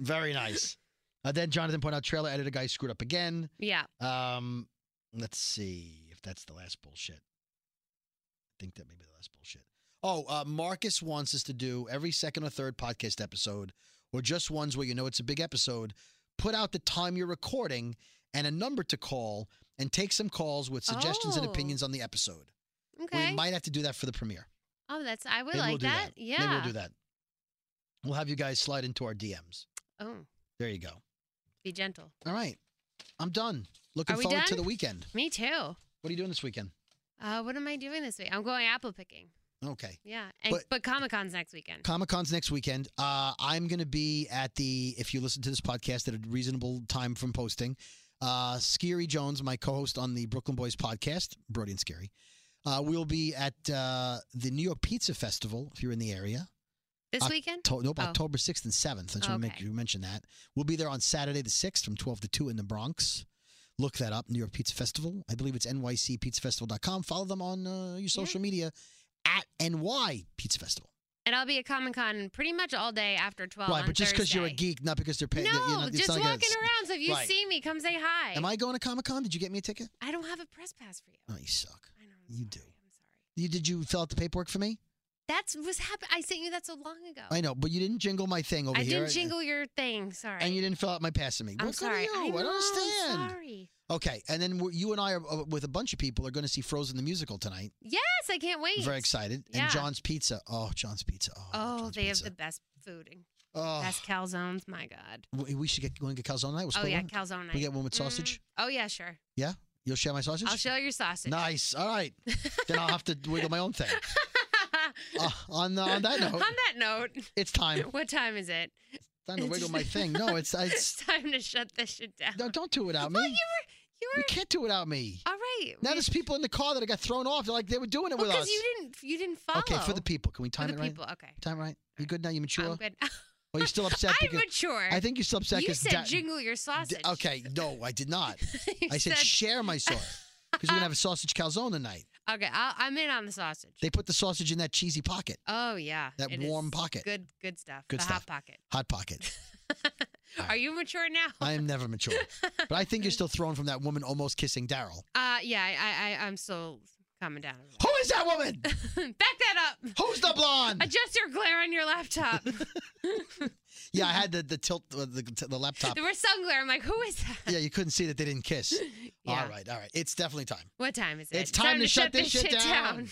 S2: Very nice. Uh, then Jonathan pointed out trailer editor guy screwed up again.
S3: yeah.
S2: Um, let's see if that's the last bullshit. I think that may be the last bullshit. Oh, uh, Marcus wants us to do every second or third podcast episode, or just ones where you know it's a big episode. Put out the time you're recording and a number to call, and take some calls with suggestions and
S3: Oh.
S2: opinions on the episode.
S3: Okay.
S2: We might have to do that for the premiere.
S3: oh, that's. I would
S2: Maybe
S3: like
S2: we'll do that.
S3: Yeah.
S2: Maybe we'll do that. We'll have you guys slide into our DMs.
S3: Oh,
S2: There you go.
S3: be gentle.
S2: All right, I'm done. Looking
S3: Are we
S2: forward to
S3: done?
S2: the weekend.
S3: Me too.
S2: What are you doing this weekend?
S3: Uh, what am I doing this week? I'm going apple picking.
S2: Okay.
S3: Yeah, and,
S2: But-
S3: but, Comic Con's next weekend.
S2: Comic Con's next weekend. Uh, I'm going to be at the, if you listen to this podcast at a reasonable time from posting, uh, Scary Jones, my co host on the Brooklyn Boys podcast, Brody and Scary, uh, we'll be at uh, the New York Pizza Festival if you're in the area.
S3: this
S2: Oc-
S3: weekend?
S2: To- nope,
S3: Oh.
S2: October 6th and 7th. I just want to make
S3: Okay.
S2: you mention that. We'll be there on Saturday the 6th from 12 to 2 in the Bronx. Look that up, New York Pizza Festival. I believe it's nycpizzafestival.com. Follow them on uh, your social media at NY Pizza Festival.
S3: And I'll be at Comic Con pretty much all day after 12.
S2: right,
S3: on
S2: but just because you're a
S3: Thursday.
S2: geek, not because they're paying.
S3: No,
S2: you're not, it's
S3: just
S2: not
S3: walking
S2: like a-
S3: around. So if you
S2: Right.
S3: see me, come say hi.
S2: Am I going to Comic Con? Did you get me a ticket?
S3: I don't have a press pass for you.
S2: Oh, you suck.
S3: I know. I'm
S2: you
S3: sorry,
S2: do.
S3: I'm sorry.
S2: You did you fill out the paperwork for me?
S3: That's was happening. I sent you that so long ago.
S2: I know, but you didn't jingle my thing over
S3: I
S2: here,
S3: didn't jingle your thing. Sorry.
S2: and you didn't fill out my pass to me.
S3: I'm
S2: What good are
S3: sorry.
S2: you?
S3: I,
S2: I don't
S3: know, I'm
S2: understand.
S3: sorry.
S2: Okay, and then we're, you and I are uh, with a bunch of people are going to see Frozen the musical tonight.
S3: Yes, I can't wait.
S2: Very excited.
S3: Yeah.
S2: And John's Pizza. Oh, John's Pizza. Oh,
S3: Oh,
S2: John's
S3: they
S2: pizza.
S3: have the best food and
S2: Oh,
S3: best calzones. My God.
S2: we- we should get going to calzone night. We'll
S3: Oh
S2: split
S3: yeah,
S2: one.
S3: calzone night.
S2: We get one with
S3: Mm.
S2: sausage.
S3: Oh yeah, sure.
S2: You'll share my sausage.
S3: I'll show your sausage. [LAUGHS]
S2: Nice. All right. then I'll have to wiggle my own thing. Uh, on, uh, [LAUGHS] on that note,
S3: On that note,
S2: it's time.
S3: [LAUGHS] what time is it?
S2: Time to
S3: [LAUGHS]
S2: wiggle my thing. No, it's,
S3: It's
S2: it's
S3: time to shut this shit down.
S2: no, don't do it without
S3: [LAUGHS] Well,
S2: me.
S3: you were
S2: You can't do it without me.
S3: all right.
S2: Now
S3: we-
S2: there's people in the car that got thrown off. They're like they were doing it
S3: well,
S2: with us.
S3: Oh, you didn't you didn't follow.
S2: okay, for the people, can we
S3: For
S2: time
S3: the
S2: it right?
S3: people. Okay.
S2: Time it right? You good now? You mature?
S3: I'm good.
S2: Are you still upset?
S3: I'm
S2: because
S3: mature.
S2: I think you're still upset
S3: you
S2: because
S3: said jingle your sausage.
S2: okay, no, I did not.
S3: [LAUGHS] You
S2: I said share
S3: [LAUGHS]
S2: my sauce because we're gonna have a sausage calzone tonight.
S3: okay. I'll, I'm in on the sausage.
S2: They put the sausage in that cheesy pocket,
S3: oh yeah,
S2: that
S3: it
S2: warm
S3: is
S2: pocket.
S3: Good, good stuff.
S2: Good
S3: the
S2: stuff.
S3: hot pocket.
S2: hot pocket. right.
S3: Are you mature now?
S2: I am never mature, but I think you're still thrown from that woman almost kissing Daryl.
S3: Uh, yeah, I, I, I I'm still
S2: [LAUGHS]
S3: calming down.
S2: Who is that woman?
S3: Back that up.
S2: Who's the blonde?
S3: Adjust your glare on
S2: [LAUGHS]
S3: your laptop.
S2: Yeah, I had the the tilt uh, the the laptop.
S3: [LAUGHS] there was sun glare. I'm like, who is that?
S2: Yeah, you couldn't see that they didn't kiss.
S3: Yeah.
S2: All right, all right. It's definitely time.
S3: What time is it?
S2: It's time to shut this shit down.